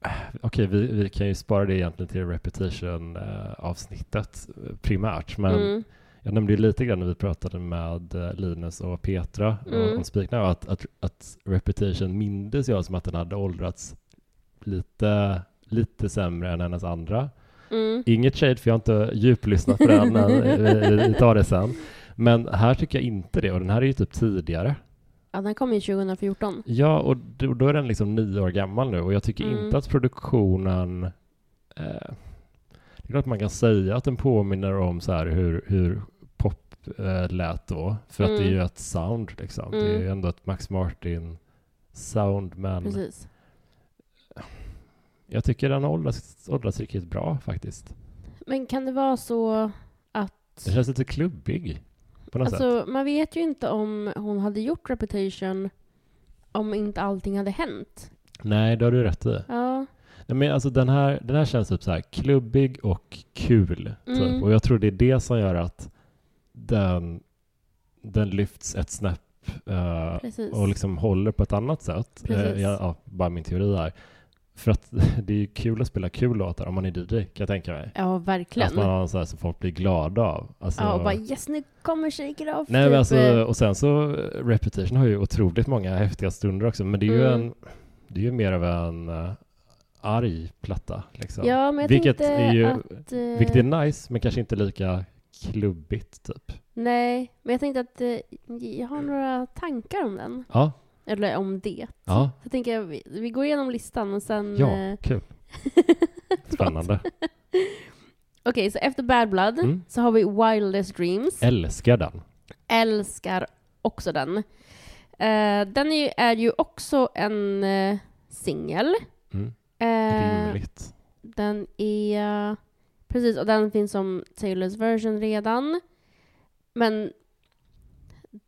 C: Äh, Okej, vi, vi kan ju spara det egentligen till repetition-avsnittet eh, primärt, men
B: Mm.
C: jag nämnde ju lite grann när vi pratade med eh, Linus och Petra och,
B: Mm.
C: om Speak Now att, att, att repetition mindes jag som att den hade åldrats lite, lite sämre än hennes andra
B: Mm.
C: Inget shade, för jag har inte djuplyssnat på den. men vi, vi tar det sen. Men här tycker jag inte det, och den här är ju typ tidigare.
B: Ja, den kom ju 2014.
C: Ja, och då, då är den liksom nio år gammal nu, och jag tycker
B: Mm.
C: inte att produktionen... Eh, det är klart man kan säga att den påminner om så här hur, hur pop eh, lät då, för att det är ju ett sound liksom. Det är ju
B: Mm.
C: ändå ett Max Martin-sound, men
B: Precis.
C: jag tycker den har åldrats åldrats riktigt bra faktiskt.
B: Men kan det vara så att...
C: Den känns lite klubbig på något sätt.
B: Alltså, man vet ju inte om hon hade gjort Reputation om inte allting hade hänt.
C: Nej, det har du rätt i.
B: Ja.
C: Nej, men alltså den, här, den här känns typ så här klubbig och kul. Typ.
B: Mm.
C: Och jag tror det är det som gör att den, den lyfts ett snäpp eh,
B: Precis.
C: och liksom håller på ett annat sätt. Eh,
B: Precis.
C: ja, ja, bara min teori här. För att det är ju kul att spela kul låtar om man är DJ, kan jag tänka mig.
B: Ja, verkligen.
C: Att Alltså, man har en så här som folk blir glada av. Alltså,
B: Ja, och bara yes, nu kommer Shake It Off.
C: Nej,
B: typ.
C: men alltså, och sen så eh, Repetition har ju otroligt många häftiga stunder också, men det är ju
B: Mm.
C: en, det är ju mer av en eh, arg platta. Liksom.
B: Ja, men jag
C: vilket
B: tänkte
C: är ju,
B: att... eh,
C: vilket är nice, men kanske inte lika klubbigt typ.
B: Nej, men jag tänkte att eh, jag har några tankar om den.
C: Ja,
B: Eller om det.
C: ja,
B: Så jag tänker vi, vi går igenom listan och sen...
C: ja,
B: eh,
C: kul. Spännande.
B: Okej, så efter Bad Blood
C: Mm.
B: så har vi Wildest Dreams.
C: Älskar den.
B: Älskar också den. Eh, den är ju, är ju också en eh, singel.
C: Mm.
B: Eh,
C: Rimligt.
B: Den är... Precis, och den finns som Taylors version redan. Men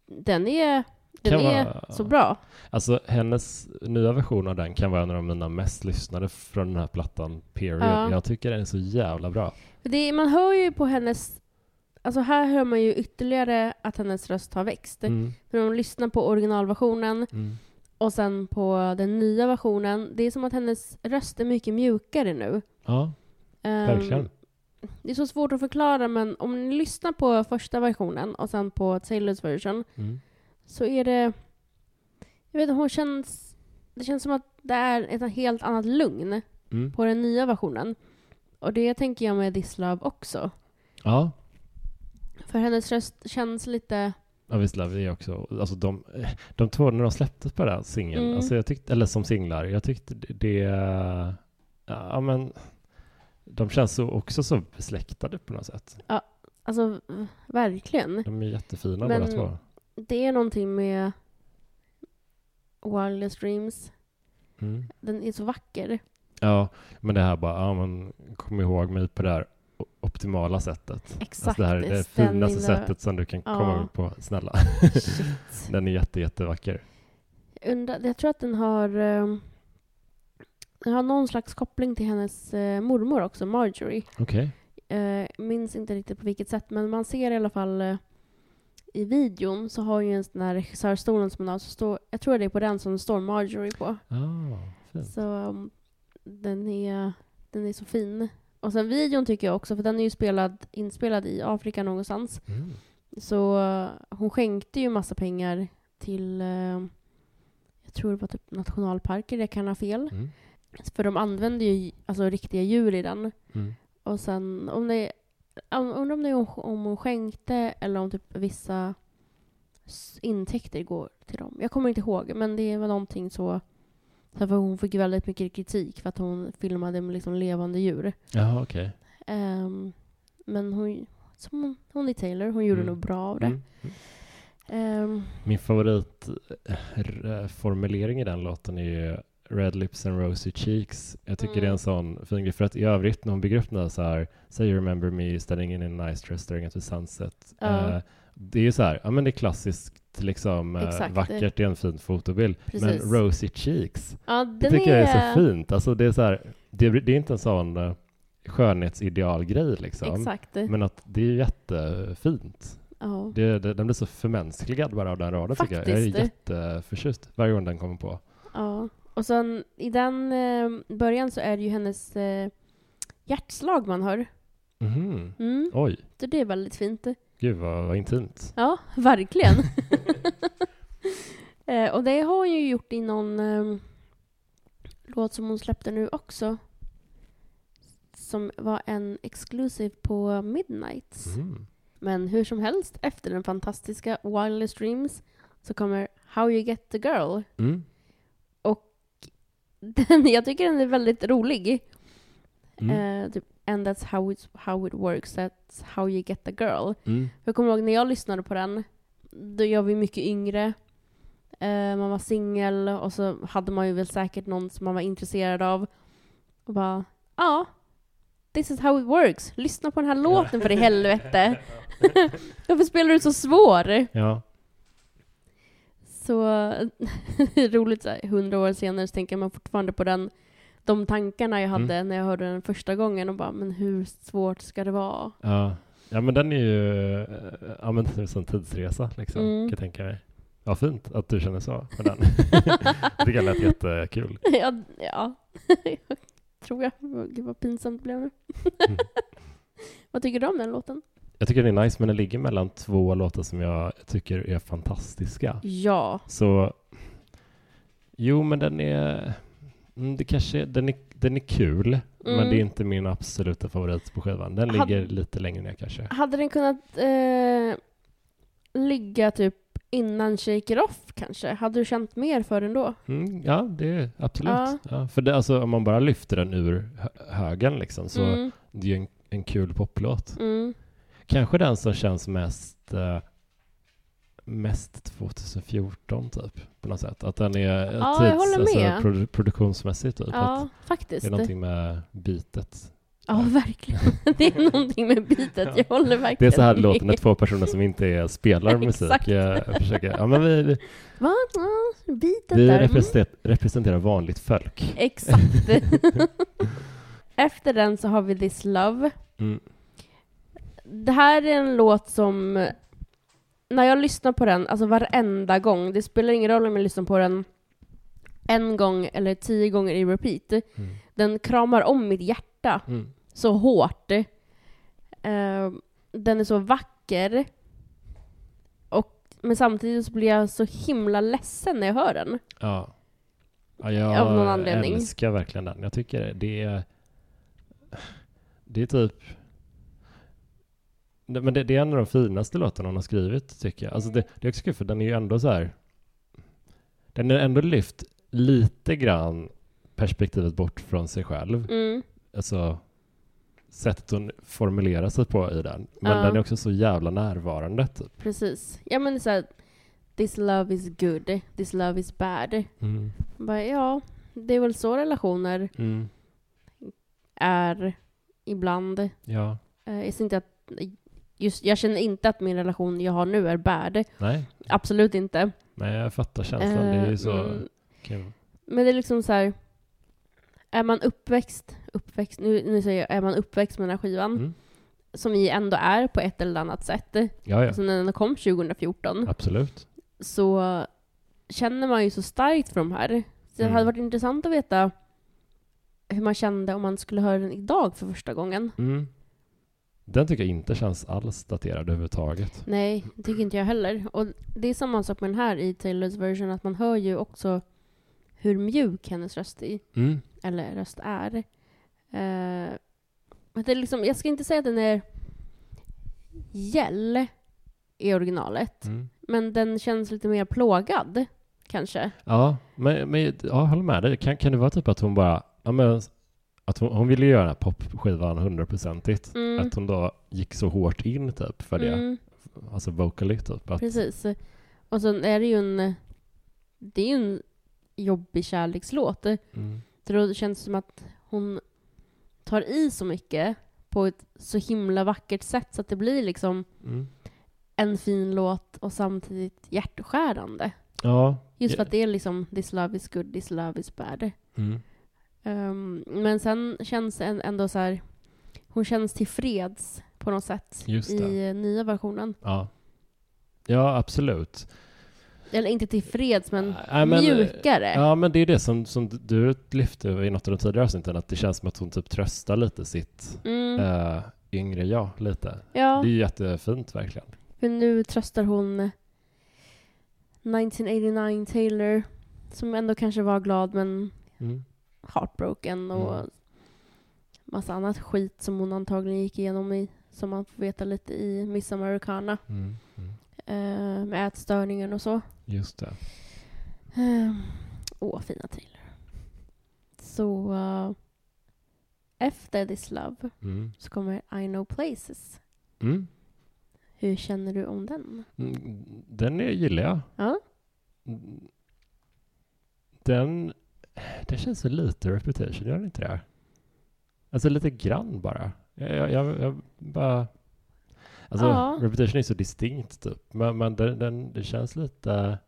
B: den är, den
C: Kan
B: är
C: vara-
B: så bra.
C: Alltså hennes nya version av den kan vara en av mina mest lyssnade från den här plattan, period.
B: Ja.
C: Jag tycker den är så jävla bra.
B: För Det är, man hör ju på hennes... Alltså här hör man ju ytterligare att hennes röst har växt.
C: Mm.
B: För om man lyssnar på originalversionen
C: Mm.
B: och sen på den nya versionen, det är som att hennes röst är mycket mjukare nu.
C: Ja,
B: Ehm,
C: verkligen.
B: Det är så svårt att förklara, men om ni lyssnar på första versionen och sen på Taylors version
C: Mm.
B: så är det... Jag vet inte, hon känns... Det känns som att det är ett helt annat lugn
C: Mm.
B: på den nya versionen. Och det tänker jag med This Love också.
C: Ja,
B: För hennes röst känns lite
C: Ja visst Love är också, alltså de, de två när de släpptes på den här singeln,
B: Mm.
C: alltså jag tyckte, eller som singlar, jag tyckte det- det, ja men de känns så, också så besläktade på något sätt.
B: Alltså, v- verkligen.
C: De är jättefina
B: Men-
C: båda två.
B: Det är någonting med Wildest Dreams.
C: Mm.
B: Den är så vacker.
C: Ja, men det här bara, ja men kom ihåg mig på det här o- optimala sättet.
B: Exakt.
C: Alltså det här är det
B: den
C: finaste
B: lilla-
C: sättet som du kan
B: Ja.
C: komma ihåg på, snälla.
B: Shit.
C: Den är jätte, jättevacker.
B: Undra, jag tror att den har, eh, den har någon slags koppling till hennes eh, mormor också, Marjorie.
C: Okej.
B: Eh, minns inte riktigt på vilket sätt, men man ser i alla fall eh, i videon så har ju en sån här regissörstolen som hon har, så står, jag tror det är på den som det står Marjorie på.
C: Ah, fint.
B: Så um, den, är, den är så fin. Och sen videon tycker jag också, för den är ju spelad, inspelad i Afrika någonstans.
C: Mm.
B: Så eh, hon skänkte ju massa pengar till, eh, jag tror det var typ nationalparker, jag kan ha fel.
C: Mm.
B: För de använder ju alltså, riktiga djur i den.
C: Mm.
B: Och sen om det om- undrar om det är hon- om hon skänkte eller om typ vissa s- intäkter går till dem. Jag kommer inte ihåg, men det var någonting så. så för hon fick ju väldigt mycket kritik för att hon filmade med liksom levande djur.
C: Jaha, okej.
B: Ehm, men hon, som hon, hon är Taylor, hon gjorde
C: Mm.
B: nog bra av det.
C: Mm.
B: Ehm,
C: Min favoritformulering i den låten är ju Red lips and rosy cheeks. Jag tycker
B: Mm.
C: det är en sån fin grej. För att i övrigt när hon bygger upp den här så här, Say you remember me standing in a nice dress staring at the sunset.
B: Ja.
C: Eh, det är ju så här, ja men det är klassiskt liksom eh,
B: Exakt.
C: vackert, det är en fin fotobild.
B: Precis.
C: Men rosy cheeks,
B: ja,
C: det
B: den
C: tycker
B: är,
C: jag är så fint. Alltså det är så här, det, det är inte en sån eh, skönhetsidealgrej liksom.
B: Exakt.
C: Men att det är jättefint.
B: ja.
C: Det, det, den blir så förmänskligad bara av den raden tycker jag. Jag är
B: Faktiskt.
C: jätteförtjust varje gång den kommer på.
B: Ja, och sen i den eh, början så är det ju hennes eh, hjärtslag man hör.
C: Mhm.
B: Mm,
C: Oj,
B: så det är väldigt fint.
C: gud vad, vad intimt.
B: Ja, verkligen. eh, och det har hon ju gjort i någon eh, låt som hon släppte nu också. Som var en exclusive på Midnights.
C: Mhm.
B: Men hur som helst, efter den fantastiska Wildest Dreams så kommer How You Get The Girl.
C: Mm.
B: Den, jag tycker den är väldigt rolig.
C: Mm.
B: Eh, typ, and that's how it, how it works, that's how you get the girl.
C: Mm.
B: Jag kommer ihåg när jag lyssnade på den, då jag var mycket yngre. Eh, man var singel och så hade man ju väl säkert någon som man var intresserad av. Och bara, ja, this is how it works. Lyssna på den här låten för i helvete. Varför spelar du så svår?
C: Ja,
B: Så roligt så här, hundra år senare så tänker man fortfarande på den, de tankarna jag hade när jag hörde den första gången och bara, men hur svårt ska det vara?
C: ja. ja, men den är ju eh, ja, men det är som en tidsresa liksom,
B: Mm.
C: kan jag tänka mig. Ja, fint att du känner så med den. jag tycker det lät jättekul.
B: ja, ja. tror jag. Gud vad pinsamt det blev nu.
C: Mm.
B: vad tycker du om den låten?
C: Jag tycker det är nice, men den ligger mellan två låtar som jag tycker är fantastiska.
B: Ja.
C: Så jo, men den är, mm, det kanske, den är, den är kul, men
B: Mm.
C: det är inte min absoluta favorit på skivan. Den
B: Hade-
C: ligger lite längre ner kanske.
B: Hade den kunnat eh, ligga typ innan Shake It Off kanske? Hade du känt mer för den då?
C: Mm, ja, det är absolut.
B: Ja.
C: Ja, för det, alltså, om man bara lyfter den ur hö- högen liksom, så
B: Mm,
C: det är ju en, en kul poplåt.
B: mm.
C: Kanske den som känns mest eh, mest 2014 typ på något sätt. Att den är eh,
B: Ja, jag håller med.
C: Alltså, produ- produktionsmässigt typ.
B: Ja,
C: Att
B: faktiskt.
C: det är någonting med bitet
B: Ja, verkligen. det är någonting med bitet. Jag håller verkligen
C: Det är så här det låter när
B: med.
C: två personer som inte är, spelar musik
B: Exakt.
C: eh, försöker... Ja, men vi vi,
B: Va? Ja, bitet
C: vi
B: där. Mm.
C: representer- representerar vanligt folk.
B: Exakt. Efter den så har vi This Love.
C: Mm.
B: Det här är en låt som, när jag lyssnar på den, alltså varenda gång, det spelar ingen roll om jag lyssnar på den en gång eller tio gånger i repeat,
C: Mm.
B: den kramar om mitt hjärta
C: Mm.
B: så hårt. Eh, den är så vacker, och, men samtidigt så blir jag så himla ledsen när jag hör den.
C: Ja. ja
B: Av någon
C: jag
B: anledning.
C: älskar verkligen den. Jag tycker det är... Det är typ... Nej, Men det, det är en av de finaste låtarna hon har skrivit, tycker jag. Alltså det, det är också kul, för den är ju ändå så här... Den har ändå lyft lite grann perspektivet bort från sig själv.
B: Mm.
C: Alltså sättet hon formulerar sig på i den. Men
B: Ja.
C: den är också så jävla närvarande, typ.
B: Precis. Ja men det är så här, this love is good, this love is bad.
C: Mm.
B: Bara, ja, det är väl så relationer
C: Mm.
B: är ibland.
C: Ja.
B: Eh, Jag, ser inte att, just, jag känner inte att min relation jag har nu är bad.
C: Nej.
B: Absolut inte.
C: Nej, jag fattar känslan. det är ju
B: Eh,
C: så...
B: mm,
C: Kul.
B: Men det är liksom så här. Är man uppväxt, uppväxt nu, nu säger jag, är man uppväxt med den här skivan,
C: Mm.
B: som vi ändå är på ett eller annat sätt,
C: Ja, ja.
B: så när den kom 2014,
C: Absolut.
B: så känner man ju så starkt för de här. Så det
C: Mm.
B: hade varit intressant att veta hur man kände om man skulle höra den idag för första gången.
C: Mm. Den tycker jag inte känns alls daterad överhuvudtaget.
B: Nej, det tycker inte jag heller. Och det är samma sak med den här i Taylors version, att man hör ju också hur mjuk hennes röst är.
C: Mm.
B: eller röst är. Eh, men det är liksom, jag ska inte säga att den är gäll i originalet,
C: Mm.
B: men den känns lite mer plågad, kanske.
C: Ja, men, men ja, jag håller med dig. Kan, kan det vara typ att hon bara... Ja, men, att hon, hon ville göra den här popskivan hundraprocentigt.
B: Mm.
C: Att hon då gick så hårt in typ för det.
B: Mm,
C: Alltså vocally typ. Att,
B: precis. Och sen är det ju en... Det är ju en jobbig kärlekslåt.
C: mm,
B: Så då känns det som att hon tar i så mycket på ett så himla vackert sätt så att det blir liksom
C: mm.
B: en fin låt och samtidigt hjärtskärande.
C: Ja.
B: Just
C: Ja.
B: för att det är liksom this love is good, this love is bad.
C: Mm.
B: Ehm, men sen känns det en- ändå så här, hon känns tillfreds på något sätt
C: Just det.
B: i eh, nya versionen.
C: Ja. Ja, absolut. Äh,
B: Eller inte tillfreds, men
C: Nej, men, eh,
B: mjukare.
C: Ja, men det är det som, som du lyfte i något av de tidigare avsnitten, att det känns som att hon typ tröstar lite sitt
B: Mm,
C: eh, yngre jag lite.
B: ja,
C: Det är ju jättefint verkligen.
B: för nu tröstar hon 1989 Taylor, som ändå kanske var glad men
C: Mm.
B: heartbroken och
C: Mm.
B: massa annat skit som hon antagligen gick igenom i, som man får veta lite i Miss Americana,
C: Mm. Mm.
B: eh, med ätstörningen och så.
C: Just det.
B: Ehm, Åh, fina Taylor. Så eh, efter This Love
C: Mm.
B: så kommer I know places.
C: Mm.
B: Hur känner du om den?
C: Mm, Den är, gillar jag.
B: Ja.
C: Mm. Den, den känns så lite reputation, gör den inte det? Alltså lite grann bara. Jag, jag, jag, jag bara... Alltså,
B: Ja.
C: reputation är så distinkt typ. Men, men den, den, det känns lite...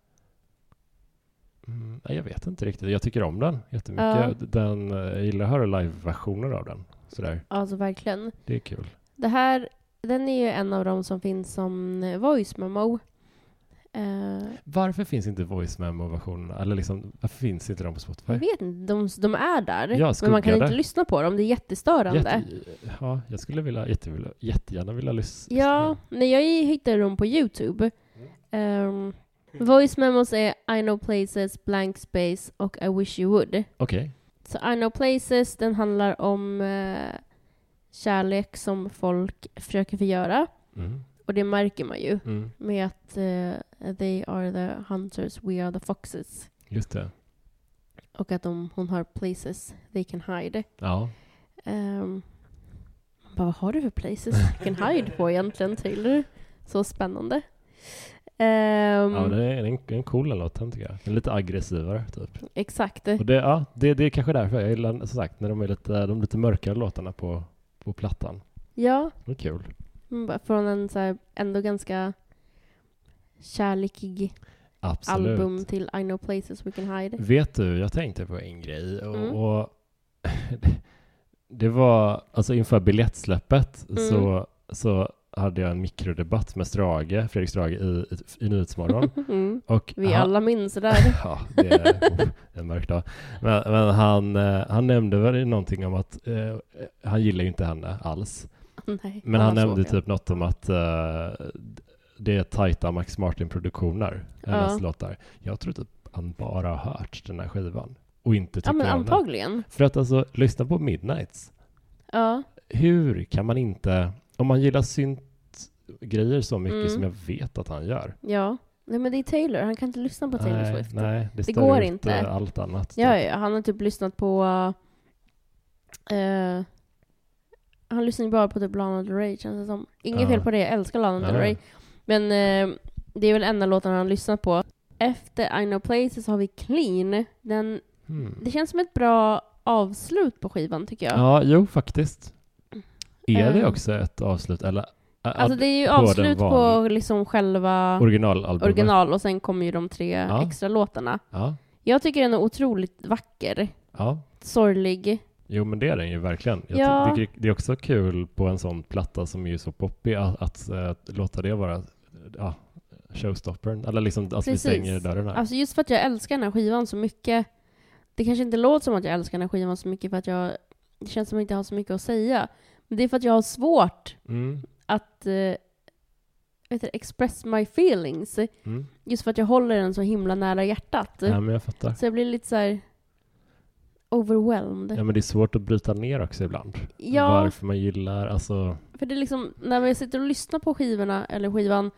C: Mm, nej, jag vet inte riktigt. Jag tycker om den jättemycket.
B: Ja.
C: Den, eh, jag gillar att höra live-versioner av den. Sådär.
B: Alltså verkligen.
C: Det är kul.
B: Det här, den är ju en av de som finns som voice memo. Eh,
C: Varför finns inte voice memo-versionerna? Eller liksom, varför finns inte de på Spotify?
B: jag vet inte, de, de är där.
C: Ja,
B: men man kan
C: skuggade.
B: inte lyssna på dem, det är jättestörande.
C: Jätte, ja, jag skulle vilja, jättevilja, jättegärna vilja lyssna.
B: Ja, när jag hittade dem på Youtube. ehm, voice memos är I know places, blank space och I wish you would.
C: Okej.
B: Så I know places, den handlar om eh, kärlek som folk försöker förgöra.
C: Mm,
B: Och det märker man ju
C: mm,
B: med att eh, they are the hunters, we are the foxes.
C: just det.
B: Och att de, hon har places they can hide.
C: Ja.
B: Um, bara, vad har du för places you can hide på egentligen, Taylor? Så spännande. Ehm,
C: ja, det är en, en cool låt den tycker jag. Den är lite aggressivare typ.
B: Mm. Exakt.
C: Och det, ja, det, det är kanske därför jag gillar, som sagt, när de är lite, de lite mörkare låtarna på, på plattan.
B: Ja,
C: Det är kul.
B: men bara från en så här ändå ganska kärlekig
C: Absolut. Mm,
B: album till I know places we can hide.
C: Vet du, jag tänkte på en grej. Och,
B: Mm.
C: och det var, alltså inför biljettsläppet
B: Mm.
C: så, så hade jag en mikrodebatt med Strage, Fredrik Strage i, i, i Nyhetsmorgon.
B: Mm.
C: Och
B: Vi
C: han-
B: alla minns det där.
C: Ja, det är oh, en mörk dag. Men, men han, eh, han nämnde väl någonting om att eh, han gillar ju inte henne alls.
B: Nej,
C: Men han
B: alla såg
C: nämnde
B: det.
C: typ något om att eh, det är tajta Max Martin-produktioner, hennes
B: Ja.
C: låtar. Jag tror typ han bara har hört den här skivan och inte tycker
B: Ja, men
C: om den.
B: antagligen.
C: För att alltså, lyssna på Midnights.
B: Ja.
C: Hur kan man inte, om man gillar synt grejer så mycket
B: Mm.
C: som jag vet att han gör.
B: Ja. Nej men det är Taylor, han kan inte lyssna på Taylor
C: nej,
B: Swift.
C: nej, det,
B: Det
C: stör
B: går
C: ut,
B: inte.
C: eh, allt annat.
B: Ja, ja, han har typ lyssnat på... eh, han lyssnar ju bara på typ Lana Del Rey, känns det som. Inget
C: Ja.
B: fel på det, jag älskar Lana Del
C: Ja.
B: Rey. Men eh, det är väl enda låten han har lyssnat på. Efter I know places har vi Clean. Den,
C: Hmm.
B: det känns som ett bra avslut på skivan, tycker jag.
C: Ja, jo faktiskt. Är det
B: Eh.
C: också ett avslut? Eller,
B: alltså det är ju
C: på den
B: avslut på
C: van-
B: liksom själva
C: originalalbumet?
B: original och sen kommer ju de tre
C: Ja.
B: extra låtarna.
C: Ja,
B: Jag tycker den är otroligt vacker.
C: ja.
B: Sorglig.
C: Jo, men det är den ju verkligen. Jag
B: Ja.
C: tycker det är också kul på en sån platta som är ju så poppig att, att, eh, låta det vara ja, showstoppern. Eller liksom att
B: Precis.
C: vi stänger dörrarna.
B: Alltså just för att jag älskar den här skivan så mycket. Det kanske inte låter som att jag älskar den här skivan så mycket för att jag... Det känns som att jag inte har så mycket att säga. Men det är för att jag har svårt
C: Mm,
B: att eh, vet du, express my feelings.
C: mm.
B: Just för att jag håller den så himla nära hjärtat.
C: Ja, men jag fattar.
B: Så jag blir lite så här overwhelmed.
C: Ja, men det är svårt att bryta ner också ibland.
B: Ja,
C: Varför man gillar, alltså.
B: för det är liksom när jag sitter och lyssnar på skivorna, eller skivan,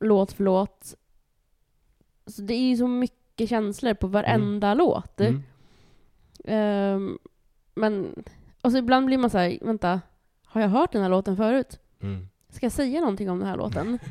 B: låt för låt. Så det är ju så mycket känslor på varenda låt.
C: Mm.
B: Ehm, men, och så ibland blir man så här, vänta, har jag hört den här låten förut?
C: Mm.
B: Ska jag säga någonting om den här låten?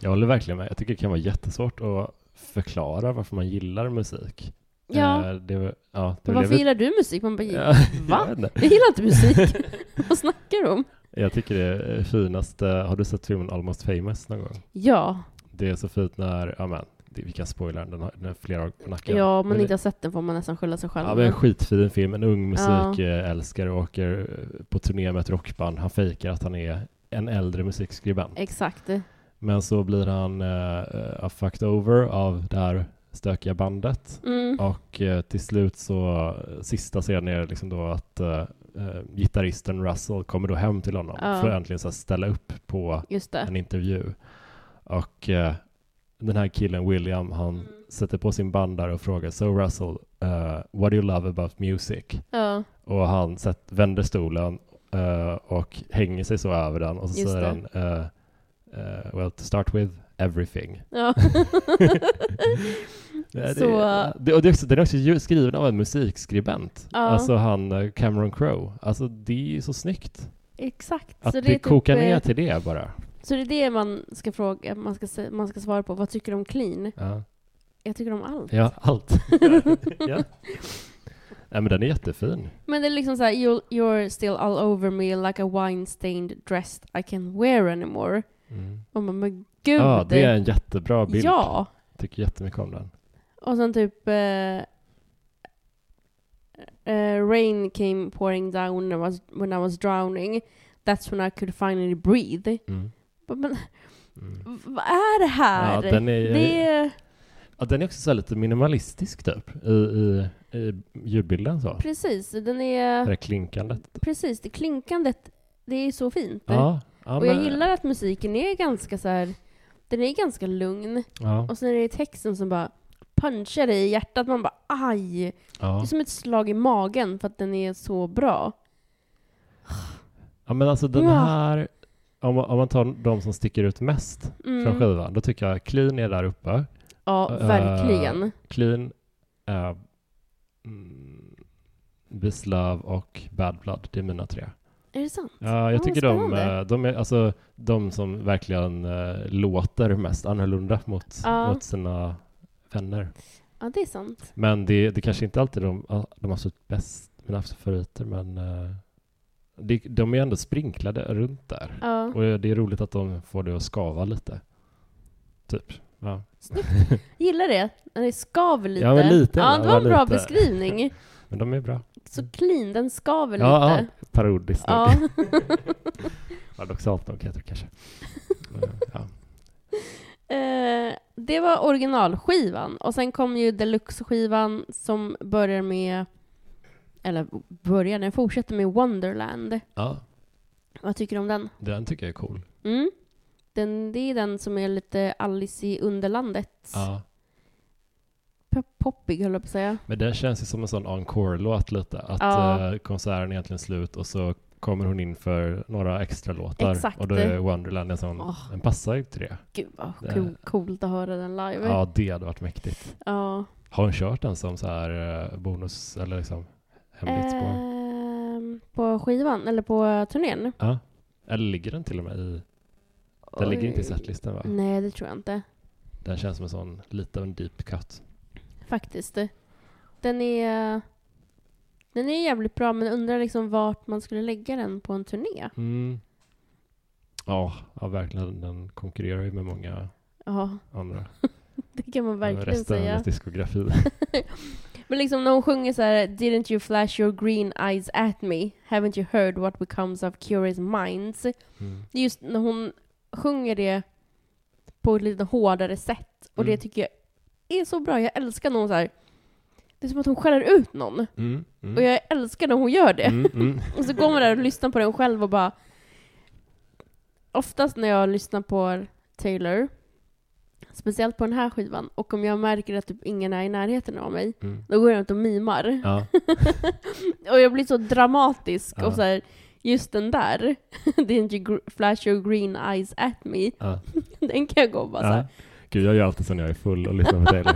C: Jag håller verkligen med. Jag tycker det kan vara jättesvårt att förklara varför man gillar musik.
B: ja.
C: Eh, Det, var- ja, det
B: Men
C: blev
B: varför
C: ett-
B: gillar du musik? Man bara,
C: Ja,
B: Va?
C: Jag, vet inte.
B: Jag gillar inte musik. Vad snackar du om?
C: jag tycker det är finaste, har du sett filmen Almost famous någon gång?
B: Ja,
C: Det är så fint när, ja men, det, vi kan spoila den, den har, den har flera år på nacken.
B: ja om man
C: Men
B: inte har sett den får man nästan skylla sig själv.
C: Ja, men en skitfin film. En ung musikälskare åker eh, på turné med ett rockband. Han fejkar att han är en äldre musikskribent.
B: Exakt.
C: Men så blir han eh, eh, fucked over av det här stökiga bandet.
B: Mm.
C: Och eh, till slut så, eh, sista scenen är liksom då att eh, eh, gitarristen Russell kommer då hem till honom
B: Ja.
C: för att äntligen så här, ställa upp på
B: Just det.
C: en intervju. Och eh, den här killen William, han
B: Mm.
C: sätter på sin bandare och frågar So Russell, eh, what do you love about music?
B: Ja.
C: Och han sätt, vänder stolen eh, och hänger sig så över den och så
B: Just
C: säger
B: det.
C: han eh, eh, Well, to start with, everything.
B: ja.
C: Det,
B: Så-
C: det, det, och det är också, den är också ju- skriven av en musikskribent,
B: Ja.
C: alltså han eh, Cameron Crowe. Alltså det är så snyggt
B: Exakt.
C: att
B: Så
C: det,
B: det är typ,
C: kokar ner
B: eh,
C: till det bara.
B: Så det är det man ska fråga, man ska, se- man ska svara på. Vad tycker du om clean?
C: Ja,
B: Jag tycker om allt.
C: ja allt. ja. Nej, men den är jättefin.
B: Men det är liksom såhär, you're, you're still all over me like a wine stained dress I can't wear anymore. Och man men gud!
C: Mm. Ja, det är en jättebra bild.
B: Ja!
C: Tycker jättemycket om den.
B: Och sen typ eh, eh, Rain came pouring down when I, was, when I was drowning. That's when I could finally breathe.
C: Mm.
B: Men, men
C: Mm.
B: vad är det här?
C: Ja, den är,
B: det är
C: ja, den är också så här lite minimalistisk typ i, i, i ljudbilden så.
B: precis, den
C: Det
B: är
C: där klinkandet.
B: precis, det klinkandet, det är så fint.
C: Ja, ja,
B: Och jag
C: men-
B: gillar att musiken är ganska så här. den är ganska lugn.
C: ja,
B: Och sen är det texten som bara punchar dig i hjärtat. Man bara aj! Det
C: ja.
B: är som ett slag i magen för att den är så bra.
C: Ja men alltså den
B: Ja.
C: här, om, man- om man tar de som sticker ut mest
B: Mm.
C: från skivan, då tycker jag Clean är där uppe.
B: Ja,
C: Eh,
B: verkligen.
C: Clean, uh, mm, This Love och Bad Blood, det är mina tre.
B: Är det sant?
C: Ja, jag
B: Ja,
C: tycker de,
B: spännande.
C: eh, de är alltså de som verkligen eh, låter mest annorlunda mot,
B: Ja.
C: mot sina vänner.
B: Ja, det är sant.
C: Men det, det kanske inte alltid är de, ah, de absolut bäst, mina absolut favoriter, men eh, det, de är ändå sprinklade runt där.
B: Ja.
C: Och det är roligt att de får det att skava lite. Typ. Ja.
B: Gillar det. När det skaver lite.
C: Ja, men lite,
B: Ja, det var en
C: ja,
B: bra
C: lite.
B: beskrivning.
C: Men de är bra.
B: Så clean, den skaver
C: Ja, ja,
B: lite.
C: parodiskt nog.
B: Ja.
C: Paradoxalt nog heter det kanske. Eh, ja.
B: Eh, det var originalskivan. Och sen kom ju deluxe-skivan som börjar med... Eller börjar, den fortsätter med Wonderland.
C: ja,
B: Vad tycker du om den?
C: den tycker jag är cool.
B: Mm. Den, det är den som är lite Alice i Underlandet.
C: Ja.
B: P- Poppig, höll jag på att säga.
C: Men den känns ju som en sån encore-låt lite. Att
B: Ja.
C: eh, konserten är egentligen slut och så kommer hon in för några extra låtar
B: Exakt.
C: och då är Wonderland en sån,
B: Åh.
C: den passar ju till det.
B: Gud vad
C: Det-
B: cool, coolt att höra den live.
C: Ja, det hade varit mäktigt.
B: Ja.
C: Har hon kört den som så här eh, bonus eller liksom hemligt
B: Eh.
C: spår?
B: Ehm, på skivan, eller på turnén?
C: Ja. Eller ligger den till och med i... Den ligger inte i setlistan va?
B: Nej, det tror jag inte.
C: Den känns som en sån, lite av en deep cut.
B: Faktiskt. Den är... Den är jävligt bra, men undrar liksom vart man skulle lägga den på en turné.
C: Mm. Ja, ja, verkligen. Den konkurrerar ju med många
B: Ja,
C: andra.
B: det kan man verkligen
C: Resten av
B: säga.
C: hennes diskografi.
B: Men liksom när hon sjunger så här “Didn't you flash your green eyes at me? Haven't you heard what becomes of curious minds?”
C: Mm.
B: Det är just när hon sjunger det på ett lite hårdare sätt. Och det
C: Mm.
B: tycker jag är så bra. Jag älskar när hon så här. Det är som att hon skäller ut någon.
C: Mm. Mm.
B: Och jag älskar när hon gör det.
C: Mm. Mm.
B: Och så går man där och lyssnar på den själv och bara... Oftast när jag lyssnar på Taylor, speciellt på den här skivan, och om jag märker att typ ingen är i närheten av mig,
C: Mm.
B: då går jag runt och mimar.
C: Ja.
B: Och jag blir så dramatisk
C: Ja.
B: och så här, just den där, Didn't you gr- flash your green eyes at me?
C: Ja.
B: Den kan jag gå och bara
C: Ja. Gud, jag gör alltid så när jag är full och lyssnar på Taylor.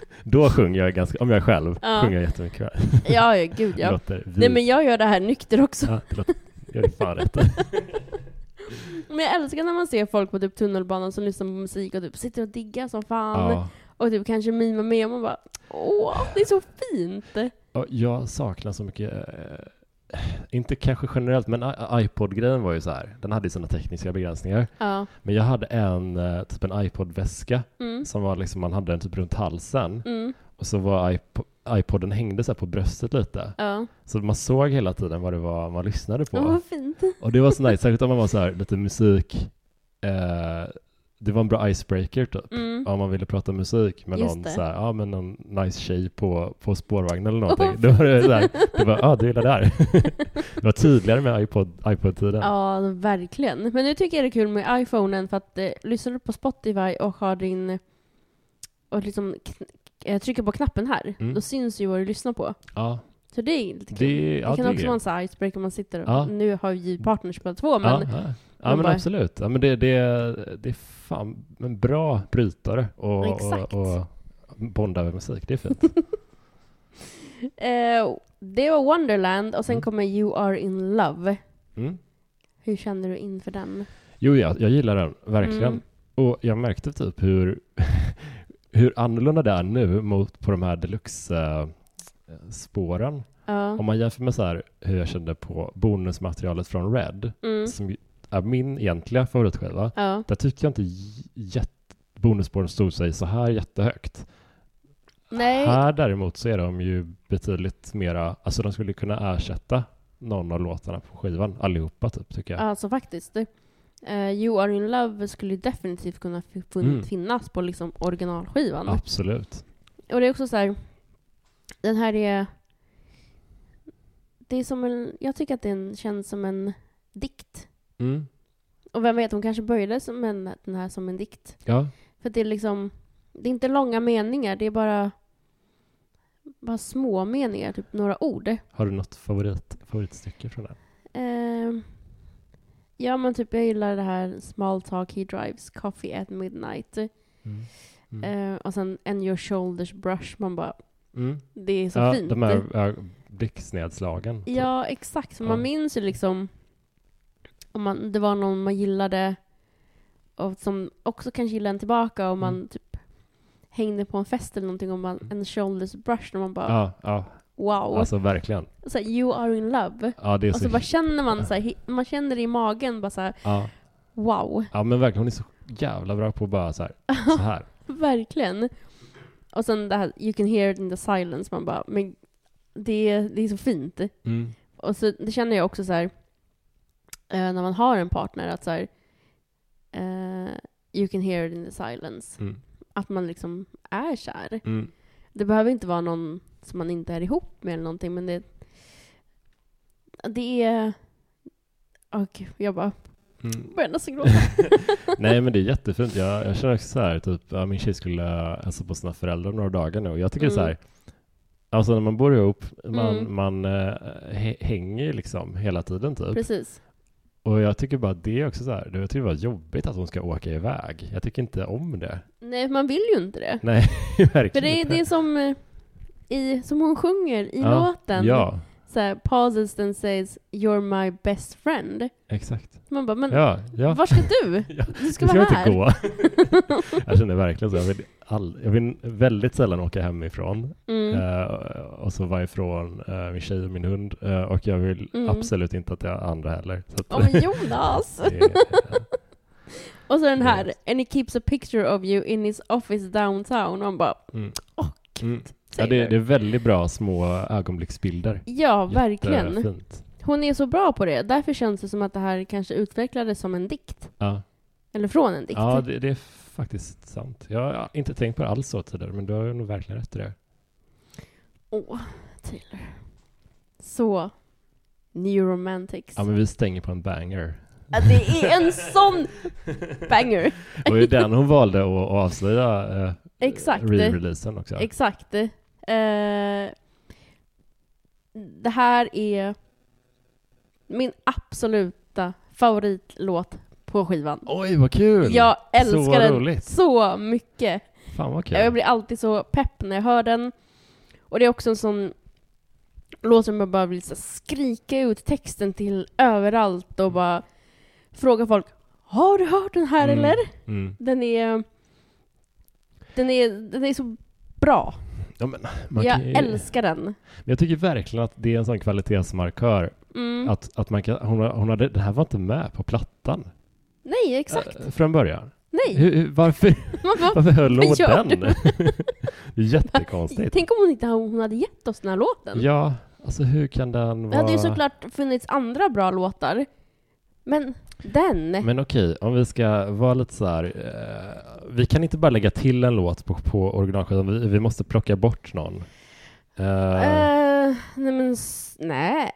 C: Då sjunger jag ganska, om jag är själv,
B: Ja.
C: sjunger jag jättemycket.
B: så här, ja, ja, gud
C: Det
B: ja.
C: låter vi.
B: Nej men jag gör det här nykter också.
C: ja, det låter, jag är fan rätt.
B: Men jag älskar när man ser folk på typ tunnelbanan som lyssnar på musik och typ sitter och diggar som fan.
C: Ja.
B: Och typ kanske mimar med och man bara åh, det är så fint.
C: Ja, Jag saknar så mycket, eh, inte kanske generellt, men i- iPod-grejen var ju så här, den hade ju sina tekniska begränsningar.
B: Ja.
C: Men jag hade en, eh, typ en iPod-väska
B: Mm.
C: som var liksom, man hade den typ runt halsen
B: Mm.
C: och så var iPod, iPoden hängde så här på bröstet lite.
B: Ja.
C: Så man såg hela tiden vad det var man lyssnade på.
B: ja, vad fint.
C: Och det var så nice, särskilt om man var så här lite musik, eh, det var en bra icebreaker typ.
B: Mm.
C: Om man ville prata musik med
B: Just
C: någon,
B: det.
C: så här, ja, men någon nice tjej på, på spårvagnen eller
B: Åh,
C: någonting. då var det så här, det var, ja du gillar det här. det var tydligare med iPod, iPod-tiden.
B: Ja, verkligen. Men nu tycker jag det är kul med iPhonen för att eh, lyssnar du på Spotify och har din... Och liksom kn- eh, trycker på knappen här,
C: Mm.
B: då syns ju vad du lyssnar på.
C: Ja,
B: Så det är lite kul.
C: det,
B: Det
C: ja,
B: kan
C: det är
B: också vara en sån här icebreaker man sitter och...
C: Ja.
B: Nu har ju partners båda två, men...
C: ja, ja. ja
B: man
C: men
B: bara-
C: absolut. Ja, men det, det, det är fan en bra brytare och,
B: Exakt.
C: och, och bonda över musik. Det är fint.
B: Eh, det var Wonderland och sen
C: Mm.
B: kommer You Are In Love.
C: Mm.
B: Hur känner du inför den?
C: Jo, ja, jag gillar den, verkligen.
B: Mm.
C: Och jag märkte typ hur, hur annorlunda det är nu mot på de här deluxe-spåren.
B: Ja.
C: Om man jämför med så här, hur jag kände på bonusmaterialet från Red,
B: Mm.
C: som ju är min egentliga favoritskiva,
B: Ja.
C: där tyckte jag inte j- jätte- bonusspåren stod sig så här jättehögt.
B: Nej.
C: Här däremot så är de ju betydligt mera, alltså de skulle kunna ersätta någon av låtarna på skivan, allihopa typ tycker jag.
B: Alltså faktiskt. Eh, you Are In Love skulle ju definitivt kunna fi- fun-
C: Mm.
B: finnas på liksom originalskivan.
C: Absolut.
B: Och det är också så här. Den här är... Det är som en... Jag tycker att den känns som en dikt.
C: Mm.
B: Och vem vet, hon kanske började som en, den här som en dikt.
C: Ja.
B: För att det är liksom... Det är inte långa meningar, det är bara... Bara små meningar, typ några ord.
C: Har du något favorit, favoritstycke från den?
B: Ehm, ja men typ jag gillar det här Small Talk He Drives, Coffee at Midnight.
C: Mm.
B: Ehm, och sen And Your Shoulders Brush, man bara,
C: Mm.
B: det är så
C: ja,
B: fint.
C: De här ja, blixtnedslagen. typ.
B: Ja exakt, för man
C: Ja.
B: minns ju liksom om man, det var någon man gillade och som också kanske gillade en tillbaka och man
C: Mm.
B: typ hängde på en fest eller någonting och man, en shoulders brush och man bara
C: Ja, ja,
B: wow.
C: alltså verkligen.
B: Så här, you are in love.
C: Ja, det är
B: Och så
C: så,
B: bara känner man
C: Ja.
B: så här, he- man känner det i magen bara så här,
C: ja,
B: wow.
C: ja, men verkligen. Hon är så jävla bra på att bara så här. Så här.
B: Verkligen. Och sen det här, you can hear it in the silence, man bara, men det, är- det är så fint.
C: Mm.
B: Och så, det känner jag också så här, eh, när man har en partner, att så här, eh, you can hear it in the silence.
C: Mm.
B: Att man liksom är kär.
C: Mm.
B: Det behöver inte vara någon som man inte är ihop med eller någonting, men det, det är... Åh gud, jag bara
C: Mm.
B: börjar nästan gråta.
C: Nej, men det är jättefint. Jag, jag känner också så här, typ, ja, min tjej skulle hälsa på sina föräldrar några dagar nu och jag tycker
B: Mm.
C: så här, Alltså när man bor ihop, man,
B: Mm.
C: man eh, hä- hänger liksom hela tiden typ.
B: Precis.
C: Och jag tycker bara det är också så här, jag tycker det var jobbigt att hon ska åka iväg. Jag tycker inte om det.
B: Nej, man vill ju inte det.
C: Nej, verkligen
B: För det är, det är som, eh, i, som hon sjunger i
C: Ja,
B: låten.
C: Ja,
B: Så här, pauses and says “You're my best friend”.
C: exakt.
B: Man bara, men
C: Ja, ja.
B: var ska du?
C: Ja,
B: Du ska
C: Det ska
B: vara
C: jag
B: här.
C: inte gå. jag känner verkligen så. Jag vill, all, jag vill väldigt sällan åka hemifrån
B: Mm.
C: eh, och så vara ifrån eh, min tjej och min hund. eh, och jag vill
B: Mm.
C: absolut inte att jag andra heller. Så att,
B: Åh, men Jonas!
C: det är-
B: Och så den här,
C: Yes.
B: “And he keeps a picture of you in his office downtown”. Och man bara,
C: mm.
B: åh,
C: Mm. Ja,
B: säger
C: det,
B: du.
C: det är väldigt bra små ögonblicksbilder.
B: Ja, verkligen.
C: Jättefint.
B: Hon är så bra på det. Därför känns det som att det här kanske utvecklades som en dikt.
C: Ja,
B: Eller från en dikt.
C: ja det, det är faktiskt sant. Jag har inte tänkt på det alls så tidigare, men du har ju nog verkligen rätt i det.
B: Åh, Taylor. Så, New Romantics.
C: Ja, men vi stänger på en banger.
B: Ja, det är en sån banger.
C: Det var ju den hon valde att att avslöja eh,
B: Exakt.
C: re-releasen också.
B: Exakt. Eh, det här är min absoluta favoritlåt på skivan.
C: Oj, vad kul!
B: Jag älskar
C: så
B: den
C: roligt.
B: så mycket.
C: Fan vad kul.
B: Jag blir alltid så pepp när jag hör den. Och det är också en sån låt som jag bara vill så här skrika ut texten till överallt och bara fråga folk Har du hört den här
C: Mm,
B: eller?
C: Mm.
B: Den är, den är, den är så bra.
C: Ja, men, man
B: jag
C: kan ju,
B: älskar den.
C: Men jag tycker verkligen att det är en sån kvalitetsmarkör.
B: Mm.
C: Att, att man kan, hon, har- hon hade, det här var inte med på plattan.
B: Nej, exakt.
C: eh, Från början.
B: Nej.
C: Hur, hur, varför, varför höll hon
B: Vad gör
C: den?
B: du?
C: det är jättekonstigt.
B: Tänk om hon inte hon hade gett oss den här låten.
C: Ja, alltså hur kan den vara...
B: Det hade ju såklart funnits andra bra låtar. Men den.
C: Men okej, om vi ska vara lite så här. Eh, vi kan inte bara lägga till en låt på, på originalskivan, vi, vi måste plocka bort någon. Eh,
B: Eh, nej men, s- nej.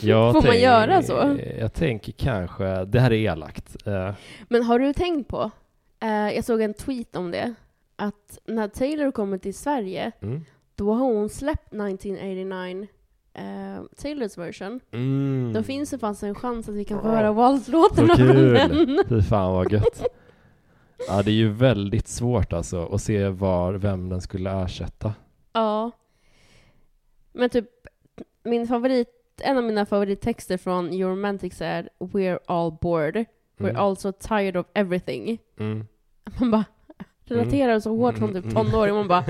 C: jag
B: får man göra så?
C: Jag tänker kanske, det här är elakt. Eh,
B: Men har du tänkt på, eh, jag såg en tweet om det, att när Taylor kommer till Sverige,
C: mm.
B: då har hon släppt 1989, eh, Taylors version.
C: Mm.
B: Då finns det fanns en chans att vi kan få
C: Ja.
B: höra Walt-låten
C: Så
B: av
C: kul.
B: den.
C: Fy fan vad gött. Ja, det är ju väldigt svårt alltså att se var, vem den skulle ersätta.
B: Ja. Men typ, min favorit, en av mina favorittexter från Your Romantics är “We're all bored, we're
C: Mm.
B: also tired of everything”.
C: Mm.
B: Man bara relaterar så hårt som typ tonåring. Man bara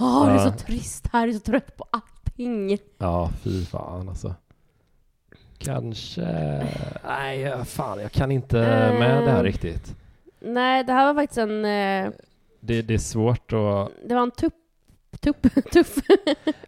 B: “Åh, det är
C: Ja.
B: så trist här, jag är så trött på allting”.
C: Ja, fy fan alltså. Kanske... Nej, ja, fan, jag kan inte
B: Eh.
C: med det här riktigt.
B: Nej, det här var faktiskt en, eh,
C: Det, det är svårt att...
B: det var en tupp, tupp, tuff.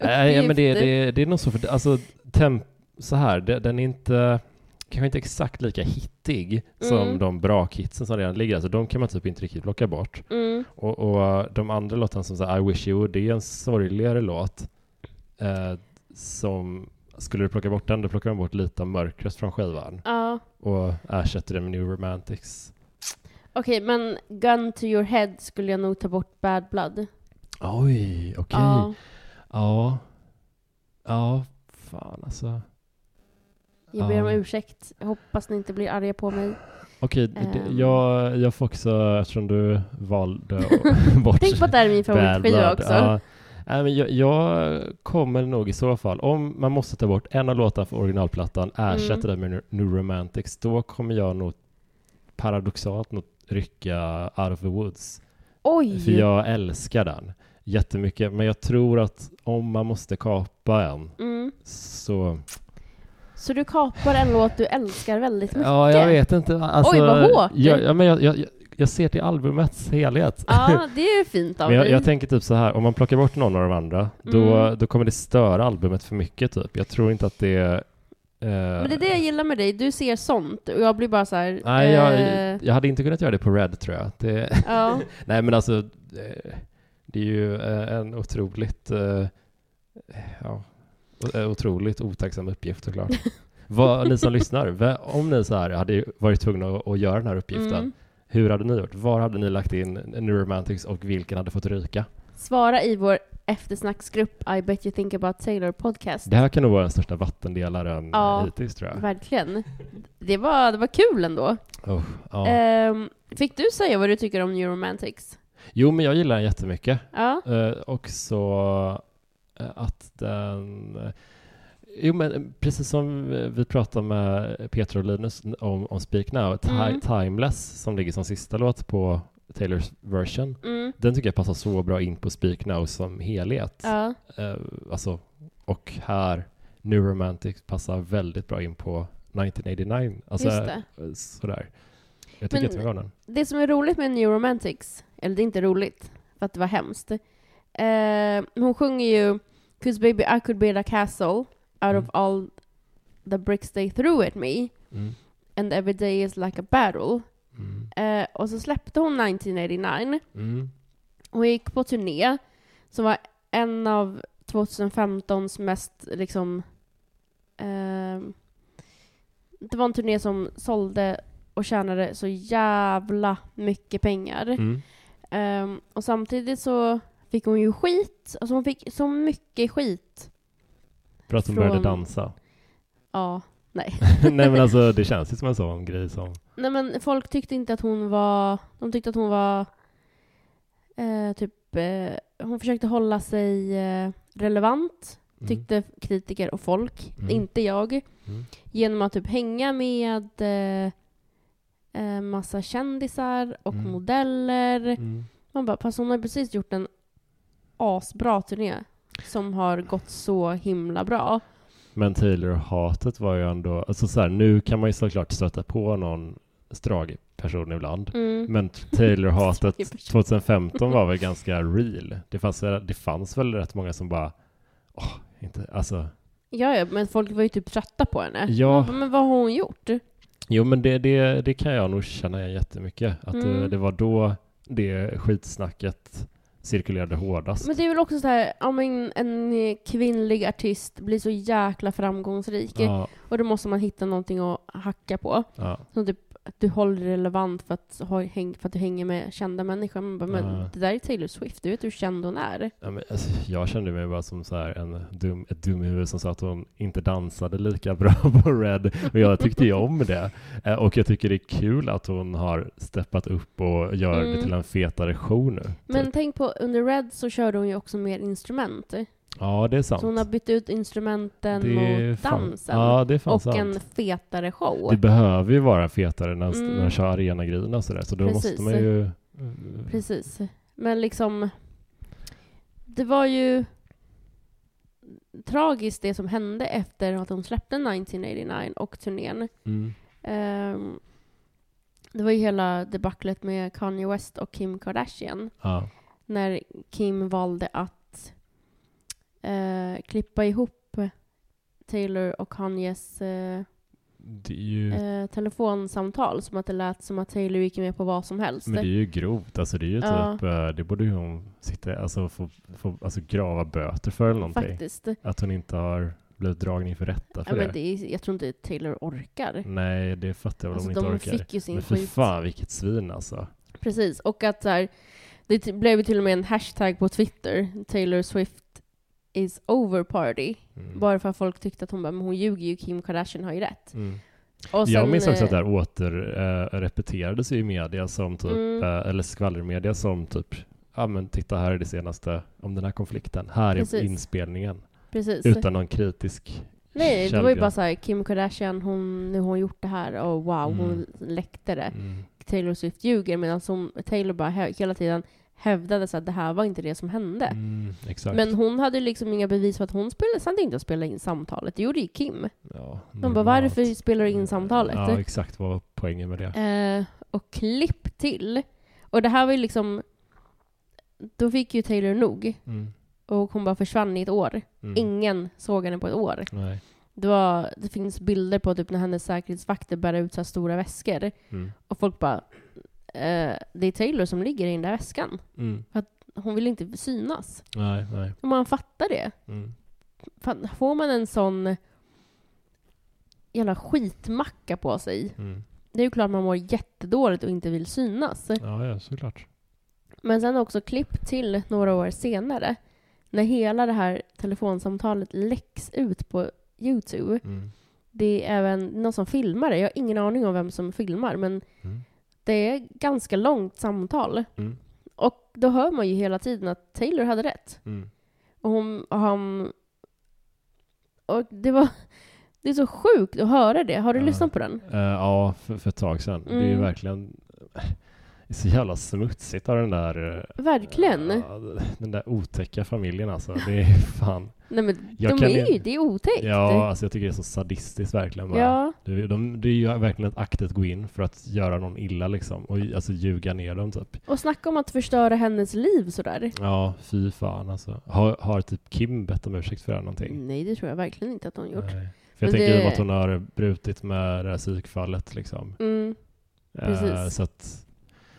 C: Nej, ja, men det,
B: Uppgifter.
C: det, det är nog så för... Alltså, temp, så här, det, den är inte... Kanske inte exakt lika hittig som
B: Mm.
C: de brakhitsen som redan ligger. Alltså, de kan man typ inte riktigt plocka bort.
B: Mm.
C: Och, och de andra låtarna som så här, I wish you, det är en sorgligare låt. Eh, som... Skulle du plocka bort den, då plockar man bort lite av mörkret från skivan.
B: Ja.
C: och ersätter det med New Romantics.
B: Okej, men Gun to your head skulle jag nog ta bort Bad Blood.
C: Oj, okej.
B: Ja,
C: Ja. Ja, fan alltså.
B: jag ber om
C: Ja.
B: ursäkt. Jag Hoppas ni inte blir arga på mig.
C: Okej, det-
B: Ehm.
C: jag, jag får också, eftersom du valde bort
B: Tänk på att det här är min
C: Bad
B: favoritskiva
C: Blood,
B: också.
C: ja. Nej, men jag, jag kommer nog i så fall, om man måste ta bort en av låtarna från originalplattan, ersätta
B: Mm.
C: den med New Romantics, då kommer jag nog paradoxalt nog rycka Out of the Woods. För
B: Oj!
C: jag älskar den jättemycket. Men jag tror att om man måste kapa en
B: Mm.
C: så...
B: Så du kapar en låt du älskar väldigt mycket?
C: Ja, jag vet inte. Alltså,
B: Oj, vad hårt.
C: Jag, ja, men jag, jag, jag ser till albumets helhet.
B: Ja, det är ju fint av
C: men jag,
B: dig.
C: jag tänker typ så här, om man plockar bort någon av de andra, då,
B: Mm.
C: då kommer det störa albumet för mycket typ. Jag tror inte att det... Eh,
B: Men det är det jag gillar med dig. Du ser sånt och jag blir bara så här...
C: Nej,
B: eh,
C: jag, jag hade inte kunnat göra det på Red tror jag. Det,
B: ja.
C: Nej men alltså, eh, det är ju eh, en otroligt, eh, ja, o- eh, otroligt otacksam uppgift såklart. Vad, ni som lyssnar, vä- om ni så här hade varit tvungna att, att göra den här uppgiften,
B: Mm.
C: hur hade ni gjort? Var hade ni lagt in New Romantics och vilken hade fått ryka?
B: Svara i vår eftersnacksgrupp I bet you think about Taylor podcast.
C: Det här kan nog vara den största vattendelaren eh,
B: Ja.
C: hittills tror jag.
B: Verkligen. Det var, det var kul ändå.
C: Oh, ja.
B: Ehm, fick du säga vad du tycker om New Romantics?
C: Jo, men jag gillar den jättemycket.
B: Ja.
C: Eh, också eh, att den... eh, Jo, men precis som vi pratade med Peter och Linus om, om Speak Now, ti-
B: Mm.
C: Timeless, som ligger som sista låt på Taylors version,
B: Mm.
C: den tycker jag passar så bra in på Speak Now som helhet.
B: Ja.
C: Eh, alltså, och här, New Romantic passar väldigt bra in på 1989. Alltså,
B: Just det.
C: eh, sådär. Jag tycker
B: Men-
C: jättemycket om den.
B: Det som är roligt med New Romantics, eller det är inte roligt, för att det var hemskt. Ehm, hon sjunger ju 'Cause baby I could build a castle out of
C: Mm.
B: all the bricks they threw at me
C: Mm.
B: and every day is like a battle'
C: Mm.
B: Ehm, och så släppte hon 1989
C: Mm.
B: Hon gick på turné som var en av 2015s mest liksom... ehm, det var en turné som sålde och tjänade så jävla mycket pengar.
C: Mm.
B: Ehm, och samtidigt så fick hon ju skit. Alltså hon fick så mycket skit.
C: För att de
B: Från-
C: började dansa.
B: Ja, nej.
C: Nej men alltså det känns ju som en sån grej som... Mm.
B: nej men folk tyckte inte att hon var... De tyckte att hon var... eh, typ... eh, hon försökte hålla sig eh, relevant
C: Mm.
B: tyckte kritiker och folk,
C: Mm.
B: inte jag,
C: Mm.
B: genom att typ hänga med eh, eh, massa kändisar och
C: Mm.
B: modeller.
C: Mm.
B: Man bara, fast hon har ju precis gjort en asbra turné som har gått så himla bra.
C: Men Taylor-hatet var ju ändå... Alltså så här, nu kan man ju såklart stöta på någon stragig person ibland.
B: Mm.
C: Men Taylor-hatet
B: Stragig person.
C: 2015 var väl ganska real. Det fanns, väl- det fanns väl rätt många som bara... Åh, inte... Alltså...
B: Ja, ja, men folk var ju typ trötta på henne.
C: Ja,
B: Men vad har hon gjort?
C: jo men det, det, det kan jag nog känna igen jättemycket. Att det,
B: Mm.
C: det var då det skitsnacket cirkulerade hårdast.
B: Men det är väl också så här, om en, en kvinnlig artist blir så jäkla framgångsrik
C: ja,
B: och då måste man hitta någonting att hacka på.
C: ja.
B: Som typ att du håller dig relevant för att, ha, häng, för att du hänger med kända människor. Man bara, men
C: Ja.
B: det där är Taylor Swift, du vet hur känd hon är.
C: Ja, men, alltså, jag kände mig bara som så här en dum, ett dumhuvud som sa att hon inte dansade lika bra på Red och jag tyckte ju om det. Eh, Och jag tycker det är kul att hon har steppat upp och gör
B: Mm.
C: det till en fetare show nu.
B: Men
C: typ.
B: tänk på, under Red så körde hon ju också mer instrument.
C: Ja, det är sant.
B: Så hon har bytt ut instrumenten
C: är
B: mot
C: fan-
B: dansen.
C: Ja, det är fan
B: och
C: sant.
B: en fetare show.
C: Det behöver ju vara fetare när,
B: Mm.
C: när man kör arenagrejerna och sådär, så då
B: Precis.
C: måste man ju...
B: Precis. Men liksom, det var ju tragiskt det som hände efter att hon släppte 1989 och turnén.
C: Mm.
B: Ehm, det var ju hela debaclet med Kanye West och Kim Kardashian.
C: Ja.
B: När Kim valde att eh, klippa ihop Taylor och Kanyes eh,
C: Det är ju...
B: eh, telefonsamtal som att det lät som att Taylor gick med på vad som helst.
C: Men det är ju grovt, alltså det är ju
B: Ja.
C: typ, eh, det borde ju hon sitta, alltså få, få alltså grava böter för eller någonting.
B: Faktiskt.
C: Att hon inte har blivit dragen inför rätta
B: Ja,
C: för
B: men
C: det.
B: det är, jag tror inte Taylor orkar.
C: Nej, det fattar jag väl
B: Alltså,
C: om
B: de
C: hon inte orkar.
B: fick ju sin
C: Men fy
B: skit.
C: fan vilket svin alltså.
B: Precis, och att så här, det t- blev ju till och med en hashtag på Twitter, Taylor Swift is over party.
C: Mm.
B: Bara för att folk tyckte att hon bara, men hon ljuger ju, Kim Kardashian har ju rätt.
C: Mm.
B: Och
C: jag minns också
B: eh,
C: att det här återrepeterades i media som typ,
B: Mm.
C: eh, eller skvallermedia som typ, ja men titta här är det senaste om den här konflikten, här
B: Precis.
C: är inspelningen.
B: Precis.
C: Utan någon kritisk
B: Nej, det var ju
C: källgransk-
B: bara så här, Kim Kardashian, hon, nu har hon gjort det här och wow, hon
C: Mm.
B: läckte det.
C: Mm.
B: Taylor Swift ljuger, medan som Taylor bara hä- hela tiden hävdade så att det här var inte det som hände.
C: Mm, exakt.
B: eh. Men hon hade ju liksom inga bevis för att hon spelade, satt inte och spelade in samtalet. Det gjorde ju Kim.
C: ja,
B: De bara, varför spelar du in samtalet?
C: Mm, Ja, exakt vad var poängen med det?
B: Eh, och klipp till. Och det här var ju liksom... Då fick ju Taylor nog.
C: Mm.
B: Och hon bara försvann i ett år.
C: Mm.
B: Ingen såg henne på ett år.
C: Nej.
B: Det, var, det finns bilder på typ när hennes säkerhetsvakter bär ut så här stora väskor.
C: Mm.
B: Och folk bara... Eh, det är Taylor som ligger i den där väskan.
C: Mm.
B: Hon vill inte synas.
C: Nej, nej.
B: Och man fattar det.
C: Mm.
B: Fan, får man en sån jävla skitmacka på sig.
C: Mm.
B: Det är ju klart man mår jättedåligt och inte vill synas.
C: Ja, ja, såklart.
B: Men sen också klipp till några år senare när hela det här telefonsamtalet läcks ut på Youtube,
C: Mm.
B: det är även någon som filmar det. Jag har ingen aning om vem som filmar, men
C: Mm.
B: det är ganska långt samtal.
C: Mm.
B: Och då hör man ju hela tiden att Taylor hade rätt.
C: Mm.
B: Och hon, och han... Och det var... Det är så sjukt att höra det. Har du
C: Ja.
B: lyssnat på den?
C: Eh, ja, för, för ett tag sedan. Det är ju
B: Mm.
C: verkligen det är så jävla smutsigt av den där... eh,
B: Verkligen.
C: ja, den där otäcka familjen alltså. Det är fan...
B: Nej men
C: Jag
B: de
C: kan
B: är ju,
C: inte-
B: det är otäckt.
C: Ja, alltså jag tycker det är så sadistiskt verkligen bara.
B: ja.
C: Det, de, det är ju verkligen ett akt att gå in för att göra någon illa liksom. Och alltså ljuga ner dem typ.
B: Och snacka om att förstöra hennes liv sådär.
C: Ja, fy fan alltså. Har, har typ Kim bett om ursäkt för det här någonting?
B: Nej, det tror jag verkligen inte att hon Mm, gjort.
C: Nej. För jag
B: Men
C: tänker ju
B: det-
C: att hon har brutit med det här psykfallet liksom.
B: Mm. Precis.
C: Eh, så att,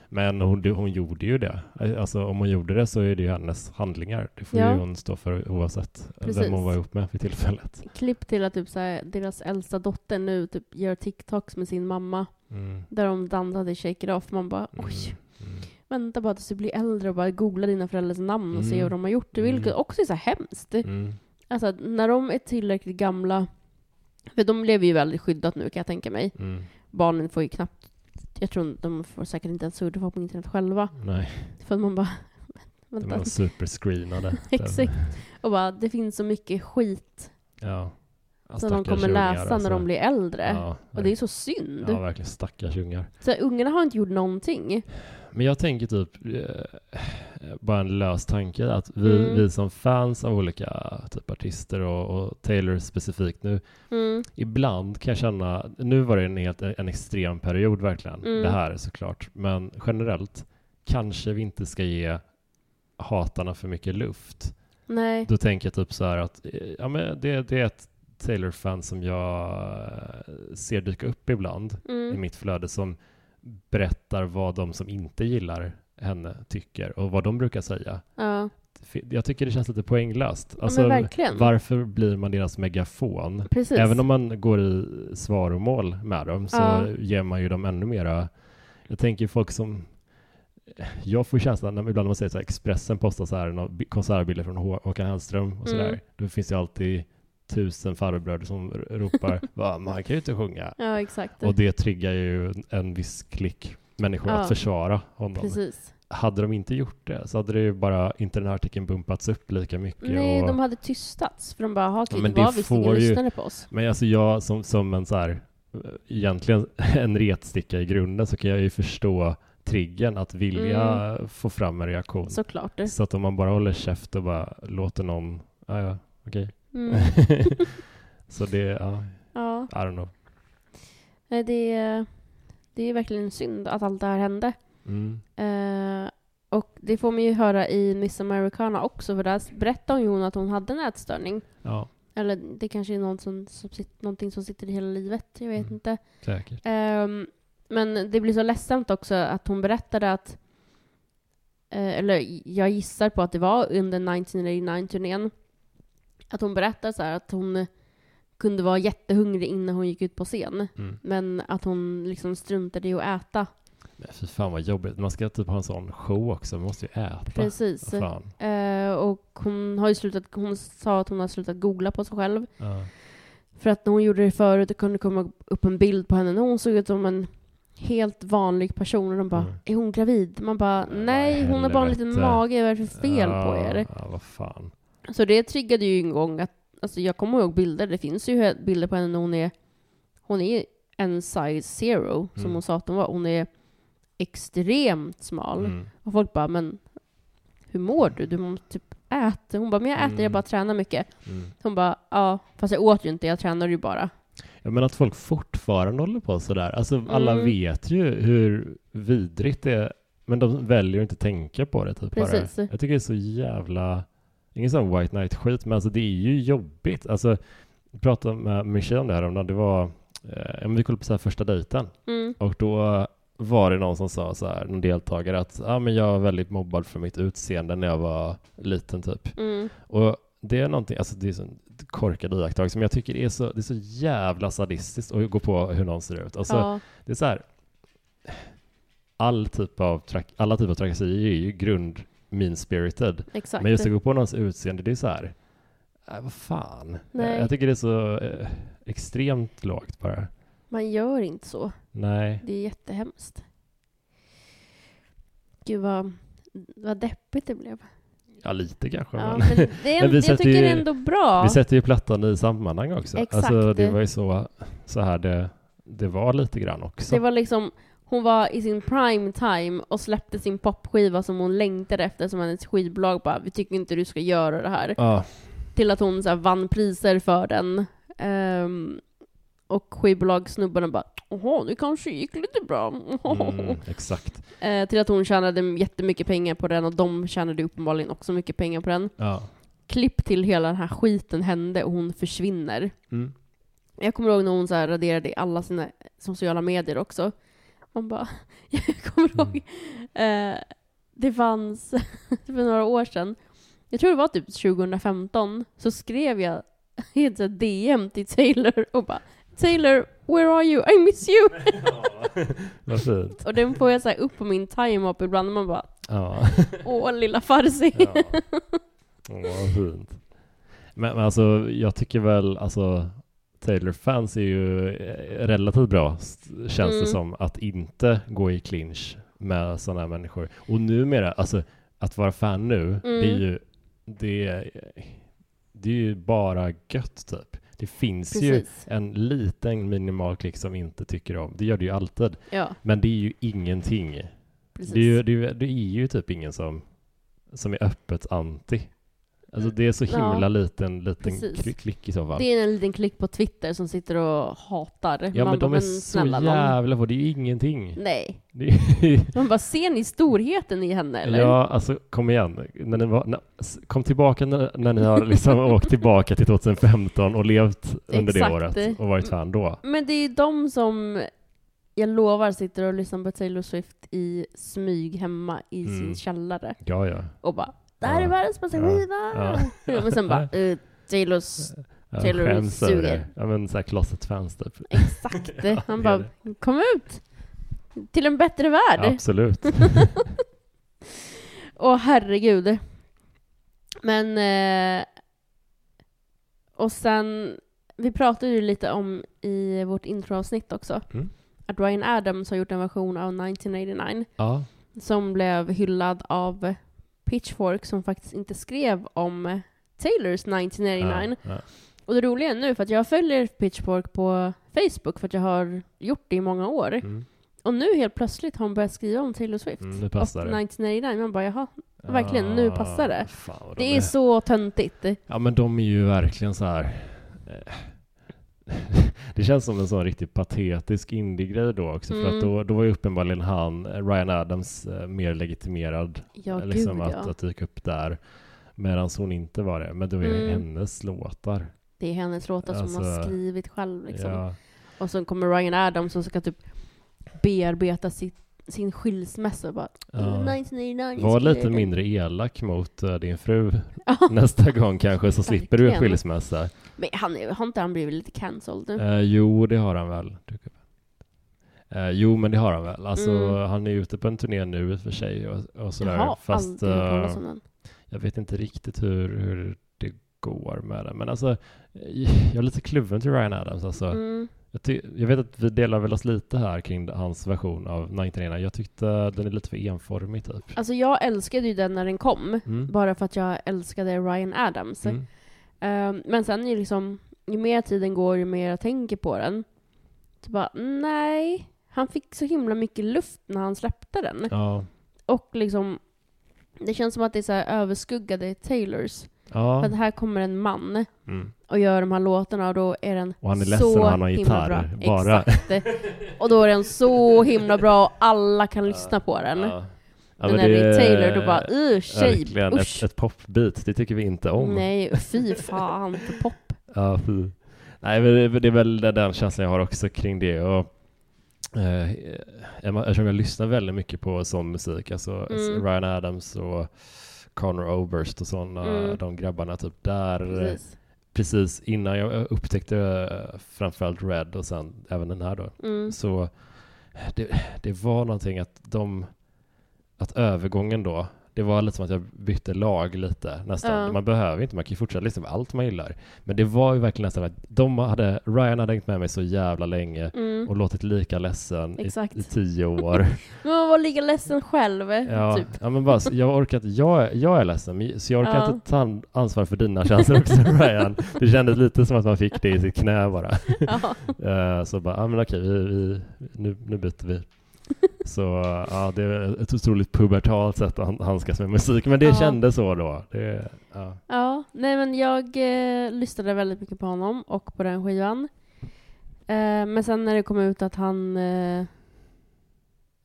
C: men hon, hon gjorde ju det. Alltså om hon gjorde det så är det ju hennes handlingar. Det får
B: Ja.
C: ju hon stå för oavsett
B: Precis.
C: vem hon var ihop med för tillfället.
B: Klipp till att typ såhär, deras äldsta dotter nu typ gör TikToks med sin mamma
C: Mm.
B: där de dansade Shake It Off. Man bara
C: Mm.
B: oj,
C: Mm.
B: vänta bara tills du blir äldre och bara googla dina föräldrars namn och se
C: Mm.
B: vad de har gjort.
C: Mm.
B: Vilket också är så här hemskt.
C: Mm.
B: Alltså att när de är tillräckligt gamla, för de lever ju väldigt skyddat nu kan jag tänka mig.
C: Mm.
B: Barnen får ju knappt, jag tror de får säkert inte ens surfa på internet själva.
C: Nej,
B: För att man bara,
C: de
B: vänta.
C: var superscreenade.
B: Exakt. Och bara, det finns så mycket skit
C: Ja. Ja,
B: som de
C: stackars
B: kommer
C: ungar, alltså.
B: läsa när de blir äldre.
C: Ja,
B: Och det är så synd.
C: Ja, verkligen stackars ungar.
B: Så här, ungarna har inte gjort någonting.
C: Men jag tänker typ, eh, bara en lös tanke, att vi,
B: Mm.
C: vi som fans av olika typ artister och, och Taylor specifikt nu,
B: Mm.
C: ibland kan jag känna, nu var det en, helt, en extrem period verkligen,
B: Mm.
C: det här såklart, men generellt kanske vi inte ska ge hatarna för mycket luft.
B: Nej.
C: Då tänker jag typ så här att eh, ja, men det, det är ett Taylor-fan som jag eh, ser dyka upp ibland i
B: Mm.
C: mitt flöde som berättar vad de som inte gillar henne tycker och vad de brukar säga.
B: Ja.
C: Jag tycker det känns lite poänglöst. Alltså,
B: men verkligen.
C: varför blir man deras megafon?
B: Precis.
C: Även om man går i svaromål med dem så
B: Ja.
C: ger man ju dem ännu mera... Jag tänker folk som... Jag får känslan när- ibland när man säger så här, Expressen postar så här, några bi- konsertbilder från Hå- Håkan Hellström och sådär.
B: Mm.
C: Då finns det alltid tusen farbröder som r- ropar Va, man kan ju inte sjunga.
B: Ja, exakt.
C: Och det triggar ju en viss klick människor
B: Ja.
C: att försvara honom.
B: Precis.
C: Hade de inte gjort det så hade det ju bara inte den här artikeln bumpats upp lika mycket.
B: Nej,
C: och...
B: de hade tystats. För de bara, ha,
C: Ja,
B: okej,
C: men
B: det
C: det
B: var visst ingen
C: får ju-
B: lyssnare på oss.
C: Men alltså jag som, som en så här, eh, egentligen en retsticka i grunden så kan jag ju förstå triggern att vilja
B: Mm.
C: få fram en reaktion. Så,
B: Såklart.
C: att om man bara håller käft och bara låter någon, ah, ja, okej.
B: Mm.
C: så det, ja,
B: Ja.
C: I don't know.
B: Nej, det, är- det är verkligen synd att allt det här hände.
C: Mm.
B: Eh, och det får man ju höra i Miss Americana också, för där berättar hon ju att hon hade en ätstörning.
C: Ja,
B: Eller det kanske är någon som, som, sit- någonting som sitter i hela livet, jag vet
C: Mm.
B: inte.
C: säkert.
B: Ehm, men det blir så ledsamt också att hon berättade att eh, eller jag gissar på att det var under 1989-turnén att hon berättar så här att hon kunde vara jättehungrig innan hon gick ut på scen
C: Mm.
B: men att hon liksom struntade i att äta.
C: Men fy fan vad jobbigt. Man ska typ ha en sån show också, man måste ju äta.
B: Precis.
C: Vad Fan.
B: Eh, och hon har ju slutat, hon sa att hon har slutat googla på sig själv
C: Ja.
B: För att när hon gjorde det förut, det kunde komma upp en bild på henne när hon såg ut som en helt vanlig person och de bara
C: Mm.
B: “Är hon gravid?” Man bara
C: Men
B: “Nej,
C: vad
B: hon har bara en liten
C: helvete."
B: mage, vad är det för fel på er?”
C: Ja, vad fan.
B: Så det triggade ju en gång att, alltså jag kommer ihåg bilder, det finns ju bilder på henne när hon är, hon är en size zero, som
C: Mm.
B: hon sa att hon var. Hon är extremt smal.
C: Mm.
B: Och folk bara “Men hur mår du? Du måste typ äta”. Hon bara “Men jag äter,
C: Mm.
B: jag bara tränar mycket”.
C: Mm.
B: Hon bara “Ja, fast jag åt ju inte, jag tränade ju bara”.
C: Jag menar att folk fortfarande håller på sådär. Alltså alla
B: Mm.
C: vet ju hur vidrigt det är, men de väljer att inte tänka på det. Typ, bara.
B: Precis.
C: Jag tycker det är så jävla, ingen sån white knight-skit, men alltså det är ju jobbigt. Alltså, jag pratade med Michelle om det här om det var, eh, ja, men vi kollade på så här första dejten
B: Mm.
C: och då var det någon som sa så här, någon deltagare att ah, men jag var väldigt mobbad för mitt utseende när jag var liten typ.
B: Mm.
C: Och det är någonting, alltså det är så en korkad iakttagelse, men jag tycker det är så, det är så jävla sadistiskt att gå på hur någon ser ut. Alltså,
B: ja,
C: det är så här, all typ av, trak- alla typer av trakasserier typ är ju grund mean-spirited.
B: Exakt.
C: Men just att gå på någons utseende, det är så här, äh, vad fan.
B: Nej.
C: Jag, jag tycker det är så eh, extremt lågt bara.
B: Man gör inte så.
C: Nej.
B: Det är jättehemskt. Gud vad, vad deppigt det blev.
C: Ja, lite kanske.
B: Ja,
C: men.
B: men det är,
C: Men vi
B: jag
C: sätter
B: tycker det
C: ju-
B: är ändå bra.
C: Vi sätter ju plattan i sammanhang också.
B: Exakt.
C: Alltså, det var ju så, så här det, det var lite grann också.
B: Det var liksom, hon var i sin prime time och släppte sin popskiva som hon längtade efter, som hennes skivbolag bara ”vi tycker inte du ska göra det här”.
C: Ja,
B: Till att hon så här, vann priser för den. Ehm, och skivbolagssnubbarna bara ”Jaha, det kanske gick lite bra”.
C: mm, exakt.
B: Eh, till att hon tjänade jättemycket pengar på den och de tjänade uppenbarligen också mycket pengar på den.
C: Ja.
B: Klipp till hela den här skiten hände och hon försvinner.
C: Mm.
B: Jag kommer ihåg när hon så här raderade i alla sina sociala medier också. Man bara, jag kommer
C: Mm.
B: ihåg, eh, det fanns för några år sedan, jag tror det var typ 2015, så skrev jag i ett så här DM till Taylor och bara Taylor, where are you? I miss you!
C: Vad fint.
B: Och den får jag så här upp på min time-up ibland och man bara
C: Ja.
B: åh lilla farsi.
C: Ja. Åh, vad fint. Men, men alltså, jag tycker väl, alltså, Taylor-fans är ju eh, relativt bra, s- känns
B: Mm.
C: det som, att inte gå i clinch med sådana här människor. Och numera, alltså, att vara fan nu, det är
B: Mm.
C: ju, det är, det är ju bara gött, typ. Det finns ju
B: Precis.
C: en liten minimal klick som inte tycker om, det gör det ju alltid,
B: Ja,
C: men det är ju ingenting.
B: precis.
C: Det är, ju, det, är, ju- det är ju typ ingen som, som är öppet anti. Alltså det är så
B: Ja.
C: himla liten, liten
B: Precis.
C: klick, klick i så fall.
B: Det är en liten klick på Twitter som sitter och hatar.
C: ja
B: Man
C: men
B: bara,
C: de är så
B: snälla nån."
C: jävla få, det är ju ingenting.
B: Nej.
C: Det är ju,
B: Man bara, ser ni storheten i henne eller?
C: ja alltså kom igen, när ni var, när, s- kom tillbaka när, när ni har liksom åkt tillbaka till 2015 och levt under
B: Exakt.
C: det året och varit fan då.
B: Men det är ju de som, jag lovar, sitter och lyssnar på Taylor Swift i smyg hemma i
C: Mm.
B: sin källare
C: Ja ja.
B: och bara ”Det här är
C: Ja.
B: världens bästa
C: Ja.
B: skiva!”
C: Ja.
B: Men sen bara eh, Taylor, s-
C: Jag
B: Taylor
C: skäms över
B: suger.
C: det. Ja men såhär closet-fans typ.
B: exakt.
C: Ja,
B: Han
C: det
B: bara
C: är
B: ”Kom ut! Till en bättre värld!”
C: Absolut.
B: Åh herregud. Men... Eh, och sen, vi pratade ju lite om i vårt introavsnitt också,
C: Mm.
B: att Ryan Adams har gjort en version av 1989
C: Ja.
B: som blev hyllad av Pitchfork som faktiskt inte skrev om Taylors 1989.
C: Ja, ja.
B: Och det roliga är nu, för att jag följer Pitchfork på Facebook för att jag har gjort det i många år.
C: Mm.
B: Och nu helt plötsligt har hon börjat skriva om Taylor Swift.
C: Mm, nu
B: och
C: passar det.
B: 1989, man bara jaha, Verkligen, nu passar det.
C: Ah, Fan, vad de
B: Det är så töntigt.
C: Ja, men de är ju verkligen så här... eh, Det känns som en sån riktigt patetisk indie-grej då också, för
B: Mm.
C: att då, då var ju uppenbarligen han, eh, Ryan Adams, eh, mer legitimerad
B: Ja,
C: eh, liksom
B: gud
C: att,
B: ja.
C: att dyka upp där, medan hon inte var det. Men det var ju
B: Mm.
C: hennes låtar.
B: Det är hennes låtar som hon har
C: Alltså,
B: skrivit själv. Liksom.
C: Ja,
B: Och sen kommer Ryan Adams som ska typ bearbeta sitt, sin skilsmässa. och Bara,
C: ja.
B: 1999
C: Var
B: skrev
C: lite
B: jag.
C: mindre elak mot eh, din fru
B: Ja,
C: nästa gång kanske, så slipper du en
B: Verkligen.
C: skilsmässa.
B: Men han, är- har inte han blivit lite cancelled nu?
C: Eh, jo, det har han väl. Eh, jo, men det har han väl. Alltså,
B: Mm.
C: Han är ute på en turné nu i och för sig. Och, och sådär.
B: Jaha,
C: Fast
B: aldrig hört
C: eh,
B: talas om den.
C: jag vet inte riktigt hur, hur det går med det. Men alltså, eh, jag är lite kluven till Ryan Adams. Alltså.
B: Mm.
C: Jag, ty- jag vet att vi delar väl oss lite här kring hans version av 1989. Jag tyckte den är lite för enformig typ.
B: Alltså jag älskade ju den när den kom,
C: Mm.
B: bara för att jag älskade Ryan Adams.
C: Mm.
B: Ehm, men sen är liksom, ju mer tiden går, ju mer jag tänker på den. Så bara, nej. Han fick så himla mycket luft när han släppte den.
C: Ja.
B: Och liksom, det känns som att det är så här överskuggade Taylors. För
C: ja.
B: att här kommer en man
C: Mm.
B: och gör de här låtarna och då är den
C: Och han är
B: så
C: ledsen och han har
B: himla
C: gitarr,
B: bra.
C: bara.
B: Exakt. Och då är den så himla bra och alla kan lyssna på den.
C: Ja.
B: men
C: Ja, men
B: när det är Taylor då bara,
C: eh,
B: uh, tjej,
C: Verkligen, ett,
B: usch.
C: ett popbeat, det tycker vi inte om.
B: Nej, fy fan för pop.
C: Ja, fy. Nej, men det, det är väl den känslan jag har också kring det. Och, eh, eftersom jag lyssnar väldigt mycket på sån musik, alltså
B: Mm.
C: Ryan Adams och Conor Oberst och sådana,
B: Mm.
C: de grabbarna typ där. Precis.
B: Precis.
C: innan jag upptäckte eh, framförallt Red och sen även den här då,
B: Mm.
C: så det, det var någonting att de, att övergången då, det var lite som att jag bytte lag lite nästan.
B: Ja.
C: Man behöver inte, man kan ju fortsätta lyssna på allt man gillar. Men det var ju verkligen nästan att de hade, Ryan hade hängt med mig så jävla länge
B: Mm.
C: och låtit lika ledsen i,
B: Exakt.
C: i tio år.
B: Men man var lika ledsen själv.
C: ja,
B: Typ.
C: ja, men bara, så- jag orkar inte, jag, är- jag är ledsen, men- så jag orkar
B: Ja.
C: inte ta an- ansvar för dina känslor också Ryan. Det kändes lite som att man fick det i sitt knä bara.
B: Ja.
C: Eh, Så bara, ja men okej, vi, vi, nu, nu byter vi. Så ja, det är ett otroligt pubertalt sätt att han- handskas med musik, men det
B: Ja.
C: kändes så då. Det, ja.
B: ja. Nej men jag eh, lyssnade väldigt mycket på honom och på den skivan. Eh, men sen när det kom ut att han eh,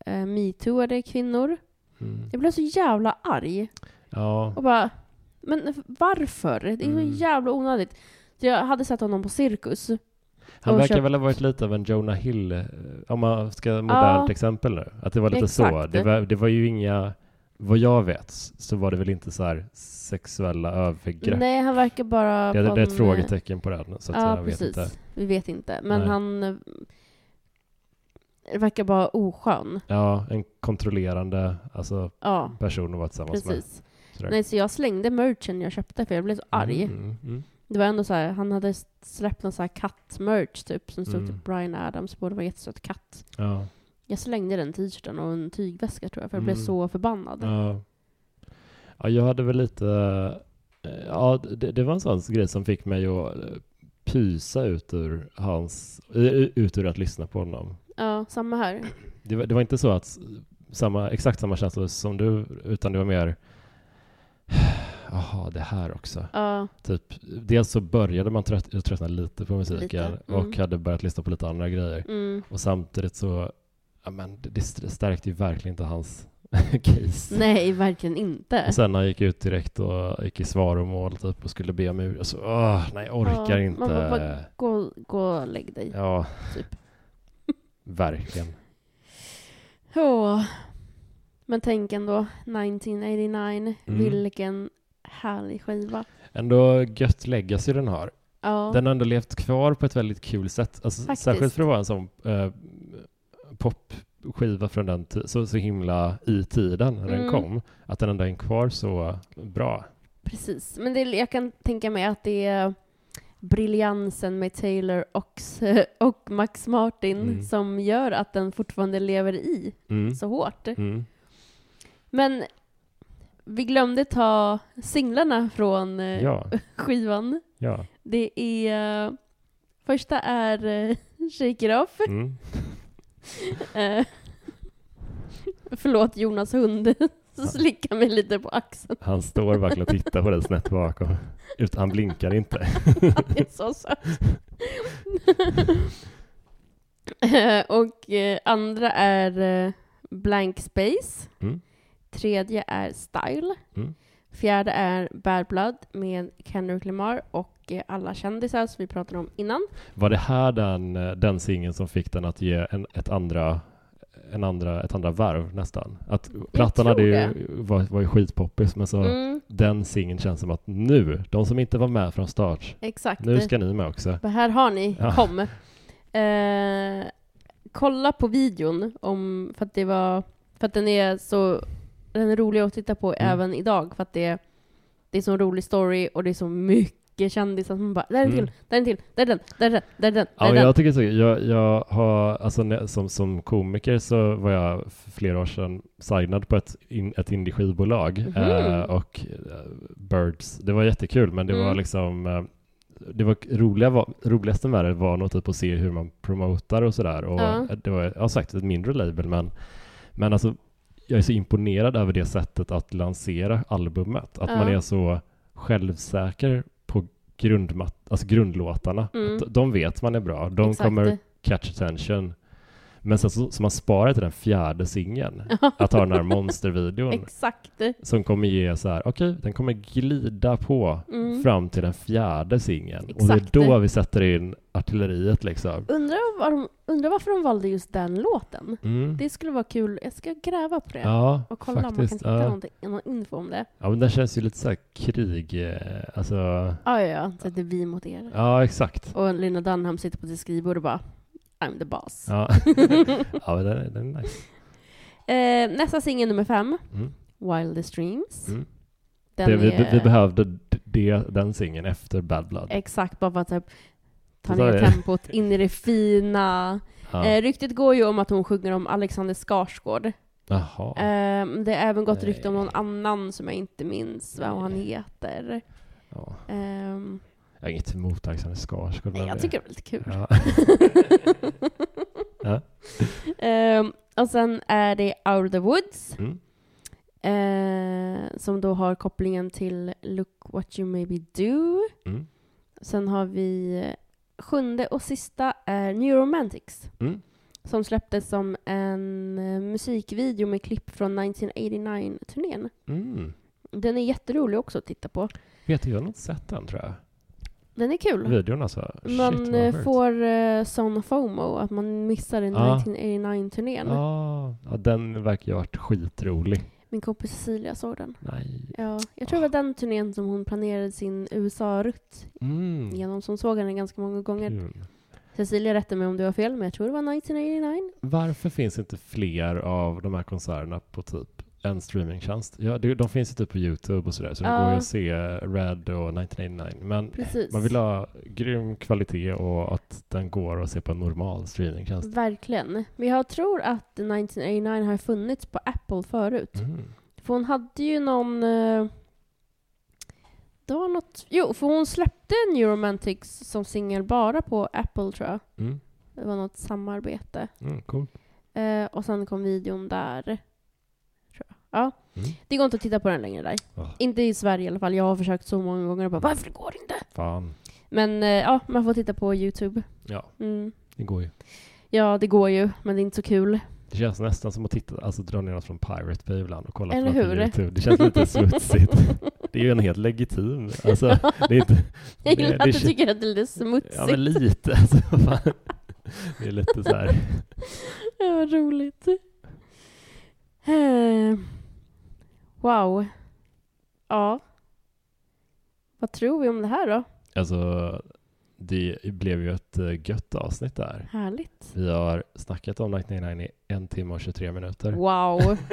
B: eh, metooade kvinnor.
C: Mm.
B: Jag blev så jävla arg.
C: ja.
B: Och bara, men varför? Det är så
C: Mm.
B: jävla onödigt. Så jag hade sett honom på cirkus.
C: Han
B: och
C: verkar
B: köpt-
C: väl ha varit lite av en Jonah Hill, eh, om man ska ha modernt
B: Ja.
C: exempel nu. Att det var lite så.
B: Exakt.
C: Det var, det var ju inga, vad jag vet, så var det väl inte så här sexuella övergrepp.
B: Nej, han verkar bara...
C: det,
B: på
C: det är ett
B: en- eh,
C: frågetecken på den, så att
B: Ja,
C: jag vet
B: precis.
C: inte.
B: Vi vet inte. Men
C: Nej.
B: han eh, verkar bara oskön.
C: Ja, en kontrollerande alltså,
B: Ja,
C: person att vara tillsammans
B: precis.
C: med.
B: Nej, så jag slängde merchen jag köpte för jag blev så arg.
C: Mm, mm.
B: Det var ändå så här, han hade släppt någon så här katt-merch typ som stod
C: Mm.
B: typ Brian Adams på. Det var en jättesöt katt.
C: Ja.
B: Jag slängde den t-shirten och en tygväska tror jag för jag blev
C: Mm.
B: så förbannad.
C: Ja. ja, jag hade väl lite... eh, Ja, det, det var en sån grej som fick mig att eh, pysa ut ur, hans, eh, ut ur att lyssna på honom.
B: Ja, samma här.
C: Det var, det var inte så att s- samma, exakt samma känsla som du, utan det var mer... Jaha, det här också.
B: Ja,
C: Typ, dels så började man trött, jag tröttnade lite på musiken
B: Lite, mm.
C: och hade börjat lyssna på lite andra grejer.
B: mm.
C: Och samtidigt så, ja men det, det stärkte ju verkligen inte hans case.
B: Nej, verkligen inte.
C: Och sen när jag gick ut direkt och gick i svaromål typ, och skulle be om ursäkt, så åh, nej, jag orkar
B: Ja,
C: inte.
B: Man bara, bara, gå, gå och lägg dig.
C: ja,
B: typ.
C: verkligen.
B: Åh. Men tänk ändå, 1989,
C: Mm.
B: vilken härlig skiva.
C: Ändå gött legacy den har.
B: Ja,
C: Den har ändå levt kvar på ett väldigt kul sätt. Alltså,
B: Faktiskt.
C: särskilt för att vara en sån eh, popskiva från den ti- så, så himla i tiden när den
B: Mm.
C: kom. Att den ändå är kvar så bra.
B: precis. Men det, jag kan tänka mig att det är briljansen med Taylor och, och Max Martin
C: Mm.
B: som gör att den fortfarande lever i
C: Mm.
B: så hårt.
C: Mm.
B: Men vi glömde ta singlarna från eh,
C: Ja,
B: skivan.
C: ja.
B: Det är... eh, Första är eh, Shake It Off.
C: Mm.
B: Eh, Förlåt Jonas hund, så slickar mig lite på axeln.
C: Han står verkligen och tittar på den snett bakom. Ut- Han blinkar inte.
B: Det är så sött. Eh, Och eh, andra är eh, Blank Space.
C: Mm.
B: Tredje är Style.
C: Mm.
B: Fjärde är Bad Blood med Kendrick Lamar och eh, alla kändisar som vi pratade om innan.
C: Var det här den, eh, den singeln som fick den att ge en, ett, andra, en andra, ett andra varv nästan? Att plattan
B: tror
C: hade ju, var, var ju skitpoppis, men så
B: Mm,
C: den singeln känns som att nu, de som inte var med från start,
B: exakt.
C: nu ska ni med också.
B: Vad Här har ni,
C: Ja.
B: kom. Eh, kolla på videon om, för att det var, för att den är så, den är rolig att titta på
C: Mm.
B: även idag för att det, det är så rolig story och det är så mycket kändisar som bara, där är en
C: Mm.
B: till, där är en till, där är den, där är den, där är den, där
C: Ja,
B: är
C: men
B: den.
C: jag tycker så. Jag, jag har, alltså, när- som, som komiker så var jag för flera år sedan signad på ett, in, ett indie-skivbolag
B: Mhm.
C: eh, och eh, Birds. Det var jättekul, men det var
B: Mm.
C: liksom eh, det var roliga, var- roligaste med det var nog typ att se hur man promotar och sådär. Och eh,
B: Ja.
C: Det var, jag har sagt ett mindre label, men, men alltså, jag är så imponerad över det sättet att lansera albumet. Att
B: Ja.
C: man är så självsäker på grundmat, alltså grundlåtarna.
B: Mm.
C: Att De vet man är bra. De
B: Exakt.
C: kommer catch attention. Men sen så, så man sparar till den fjärde singeln. Att ha den här monstervideon
B: Exakt.
C: som kommer ge så här, okej, den kommer glida på
B: Mm.
C: fram till den fjärde singeln. Och det är
B: Exakt.
C: då vi sätter in artilleriet liksom.
B: Undrar, var de, undrar varför de valde just den låten?
C: Mm.
B: Det skulle vara kul, jag ska gräva på det.
C: Ja,
B: Och kolla om man kan
C: faktiskt.
B: hitta
C: ja.
B: någonting- någon info om det.
C: ja, men den känns ju lite så här krig, eh, alltså.
B: Ja, ja, ja. Så att det är vi mot er.
C: Ja, exakt.
B: Och Lina Dunham sitter på sitt skrivbord och bara I'm the boss.
C: Ja, ja men den, är- den är nice.
B: Eh, nästa singel nummer fem,
C: Mm.
B: Wildest Dreams.
C: Mm.
B: Den
C: det, vi,
B: är, Eh,
C: vi behövde d- det, den singeln efter Bad Blood.
B: Exakt, bara för att typ, ta
C: Så tar
B: ner
C: det.
B: tempot, in i det fina.
C: Ja.
B: Eh, ryktet går ju om att hon sjunger om Alexander Skarsgård.
C: Jaha.
B: Eh, det har även gått
C: Nej.
B: rykte om någon annan som jag inte minns vad han heter.
C: Ja.
B: Ehm,
C: Jag har inget emot Alexander Skarsgård.
B: nej,
C: men
B: jag
C: det-
B: tycker det var lite kul.
C: Ja. Ja.
B: Ehm, och sen är det Out of the Woods,
C: Mm.
B: eh, som då har kopplingen till Look What You Maybe Do.
C: Mm.
B: Sen har vi eh, sjunde och sista är New Romantics,
C: Mm.
B: som släpptes som en eh, musikvideo med klipp från 1989-turnén.
C: Mm.
B: Den är jätterolig också att titta på.
C: Vet du, jag har inte sett den tror jag.
B: Den är kul.
C: Videon alltså. Shit,
B: Man
C: vad
B: Mm. eh,
C: sjukt.
B: får eh, sån FOMO, att man missar den
C: Ja. Ah.
B: 1989-turnén.
C: Ja, ja, den verkar ju ha varit skitrolig.
B: Min kompis Cecilia såg den.
C: Nej.
B: Ja, jag tror det var den turnén som hon planerade sin USA-rutt
C: Mm.
B: genom, som såg henne ganska många gånger.
C: Kul.
B: Cecilia rättade mig om det var fel, men jag tror det var 1989.
C: Varför finns inte fler av de här konserterna på typ en streamingtjänst? Ja, det, de finns ju typ på Youtube och sådär, så det
B: Ja.
C: går ju att se Red och 1989. Men
B: Precis.
C: man vill ha grym kvalitet och att den går att se på en normal streamingtjänst.
B: Verkligen. Men jag tror att 1989 har funnits på Apple förut.
C: Mm.
B: För hon hade ju någon... eh, Det var något... Jo, för hon släppte New Romantics som singel bara på Apple, tror jag.
C: Mm.
B: Det var något samarbete.
C: Mm, cool.
B: Eh, och sen kom videon där. Tror jag. Ja.
C: Mm.
B: Det går inte att titta på den längre där.
C: Ah.
B: Inte i Sverige i alla fall. Jag har försökt så många gånger och bara varför går det inte?
C: Fan.
B: Men eh, ja, man får titta på YouTube.
C: Ja,
B: Mm.
C: det går ju.
B: Ja, det går ju, men det är inte så kul.
C: Det känns nästan som att titta, alltså dra ner oss från Pirate Bay ibland och kolla
B: Eller
C: på något på
B: hur?
C: Youtube. Det känns lite smutsigt. Det är ju en helt legitim, alltså det är inte...
B: Jag gillar
C: det-
B: att
C: det
B: du
C: kän-
B: tycker att det är lite smutsigt.
C: Ja men lite alltså. Fan. Det är lite så här.
B: Ja, vad roligt. Eh, wow. Ja. Vad tror vi om det här då?
C: Alltså det blev ju ett eh, gött avsnitt där.
B: Härligt.
C: Vi har snackat om 1999 i en timme och 23 minuter.
B: Wow.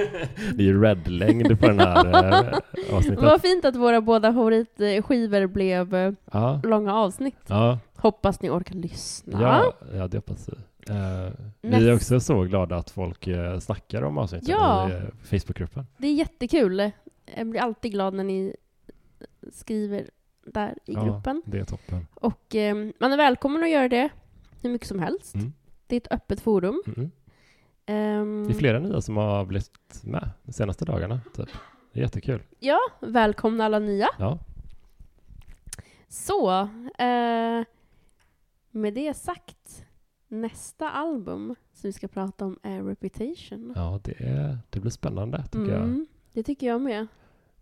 C: Det är ju red-längd på den här eh, avsnittet.
B: Vad fint att våra båda favoritskivor blev eh,
C: Ja,
B: långa avsnitt.
C: ja,
B: Hoppas ni orkar lyssna.
C: ja, ja, det hoppas vi. Eh, vi är
B: Näst-
C: också så glada att folk eh, snackar om avsnittet
B: Ja.
C: i eh, Facebookgruppen.
B: Det är jättekul. Jag blir alltid glad när ni skriver där i gruppen.
C: Ja, det är toppen.
B: Och eh, man är välkommen att göra det hur mycket som helst.
C: Mm.
B: Det är ett öppet forum.
C: Mm, Mm.
B: Ehm,
C: Det är flera nya som har blivit med de senaste dagarna. Typ. Det är jättekul.
B: välkomna alla nya.
C: Ja.
B: Så, eh, med det sagt, nästa album som vi ska prata om är Reputation.
C: Ja, det, är, det blir spännande tycker jag.
B: Mm, det tycker jag med.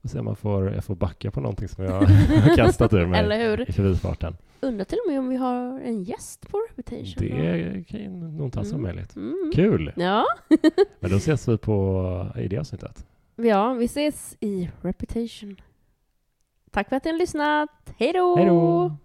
C: Får se om man får, jag får backa på någonting som jag har kastat ur mig
B: Eller hur?
C: i förbifarten.
B: Undrar till och med om vi har en gäst på Reputation.
C: Det kan ju nog inte alls vara
B: Mm.
C: möjligt.
B: Mm.
C: Kul!
B: Ja.
C: Men då ses vi på, i det avsnittet.
B: ja, vi ses i Reputation. Tack för att ni har lyssnat. Hej då!
C: Hej då!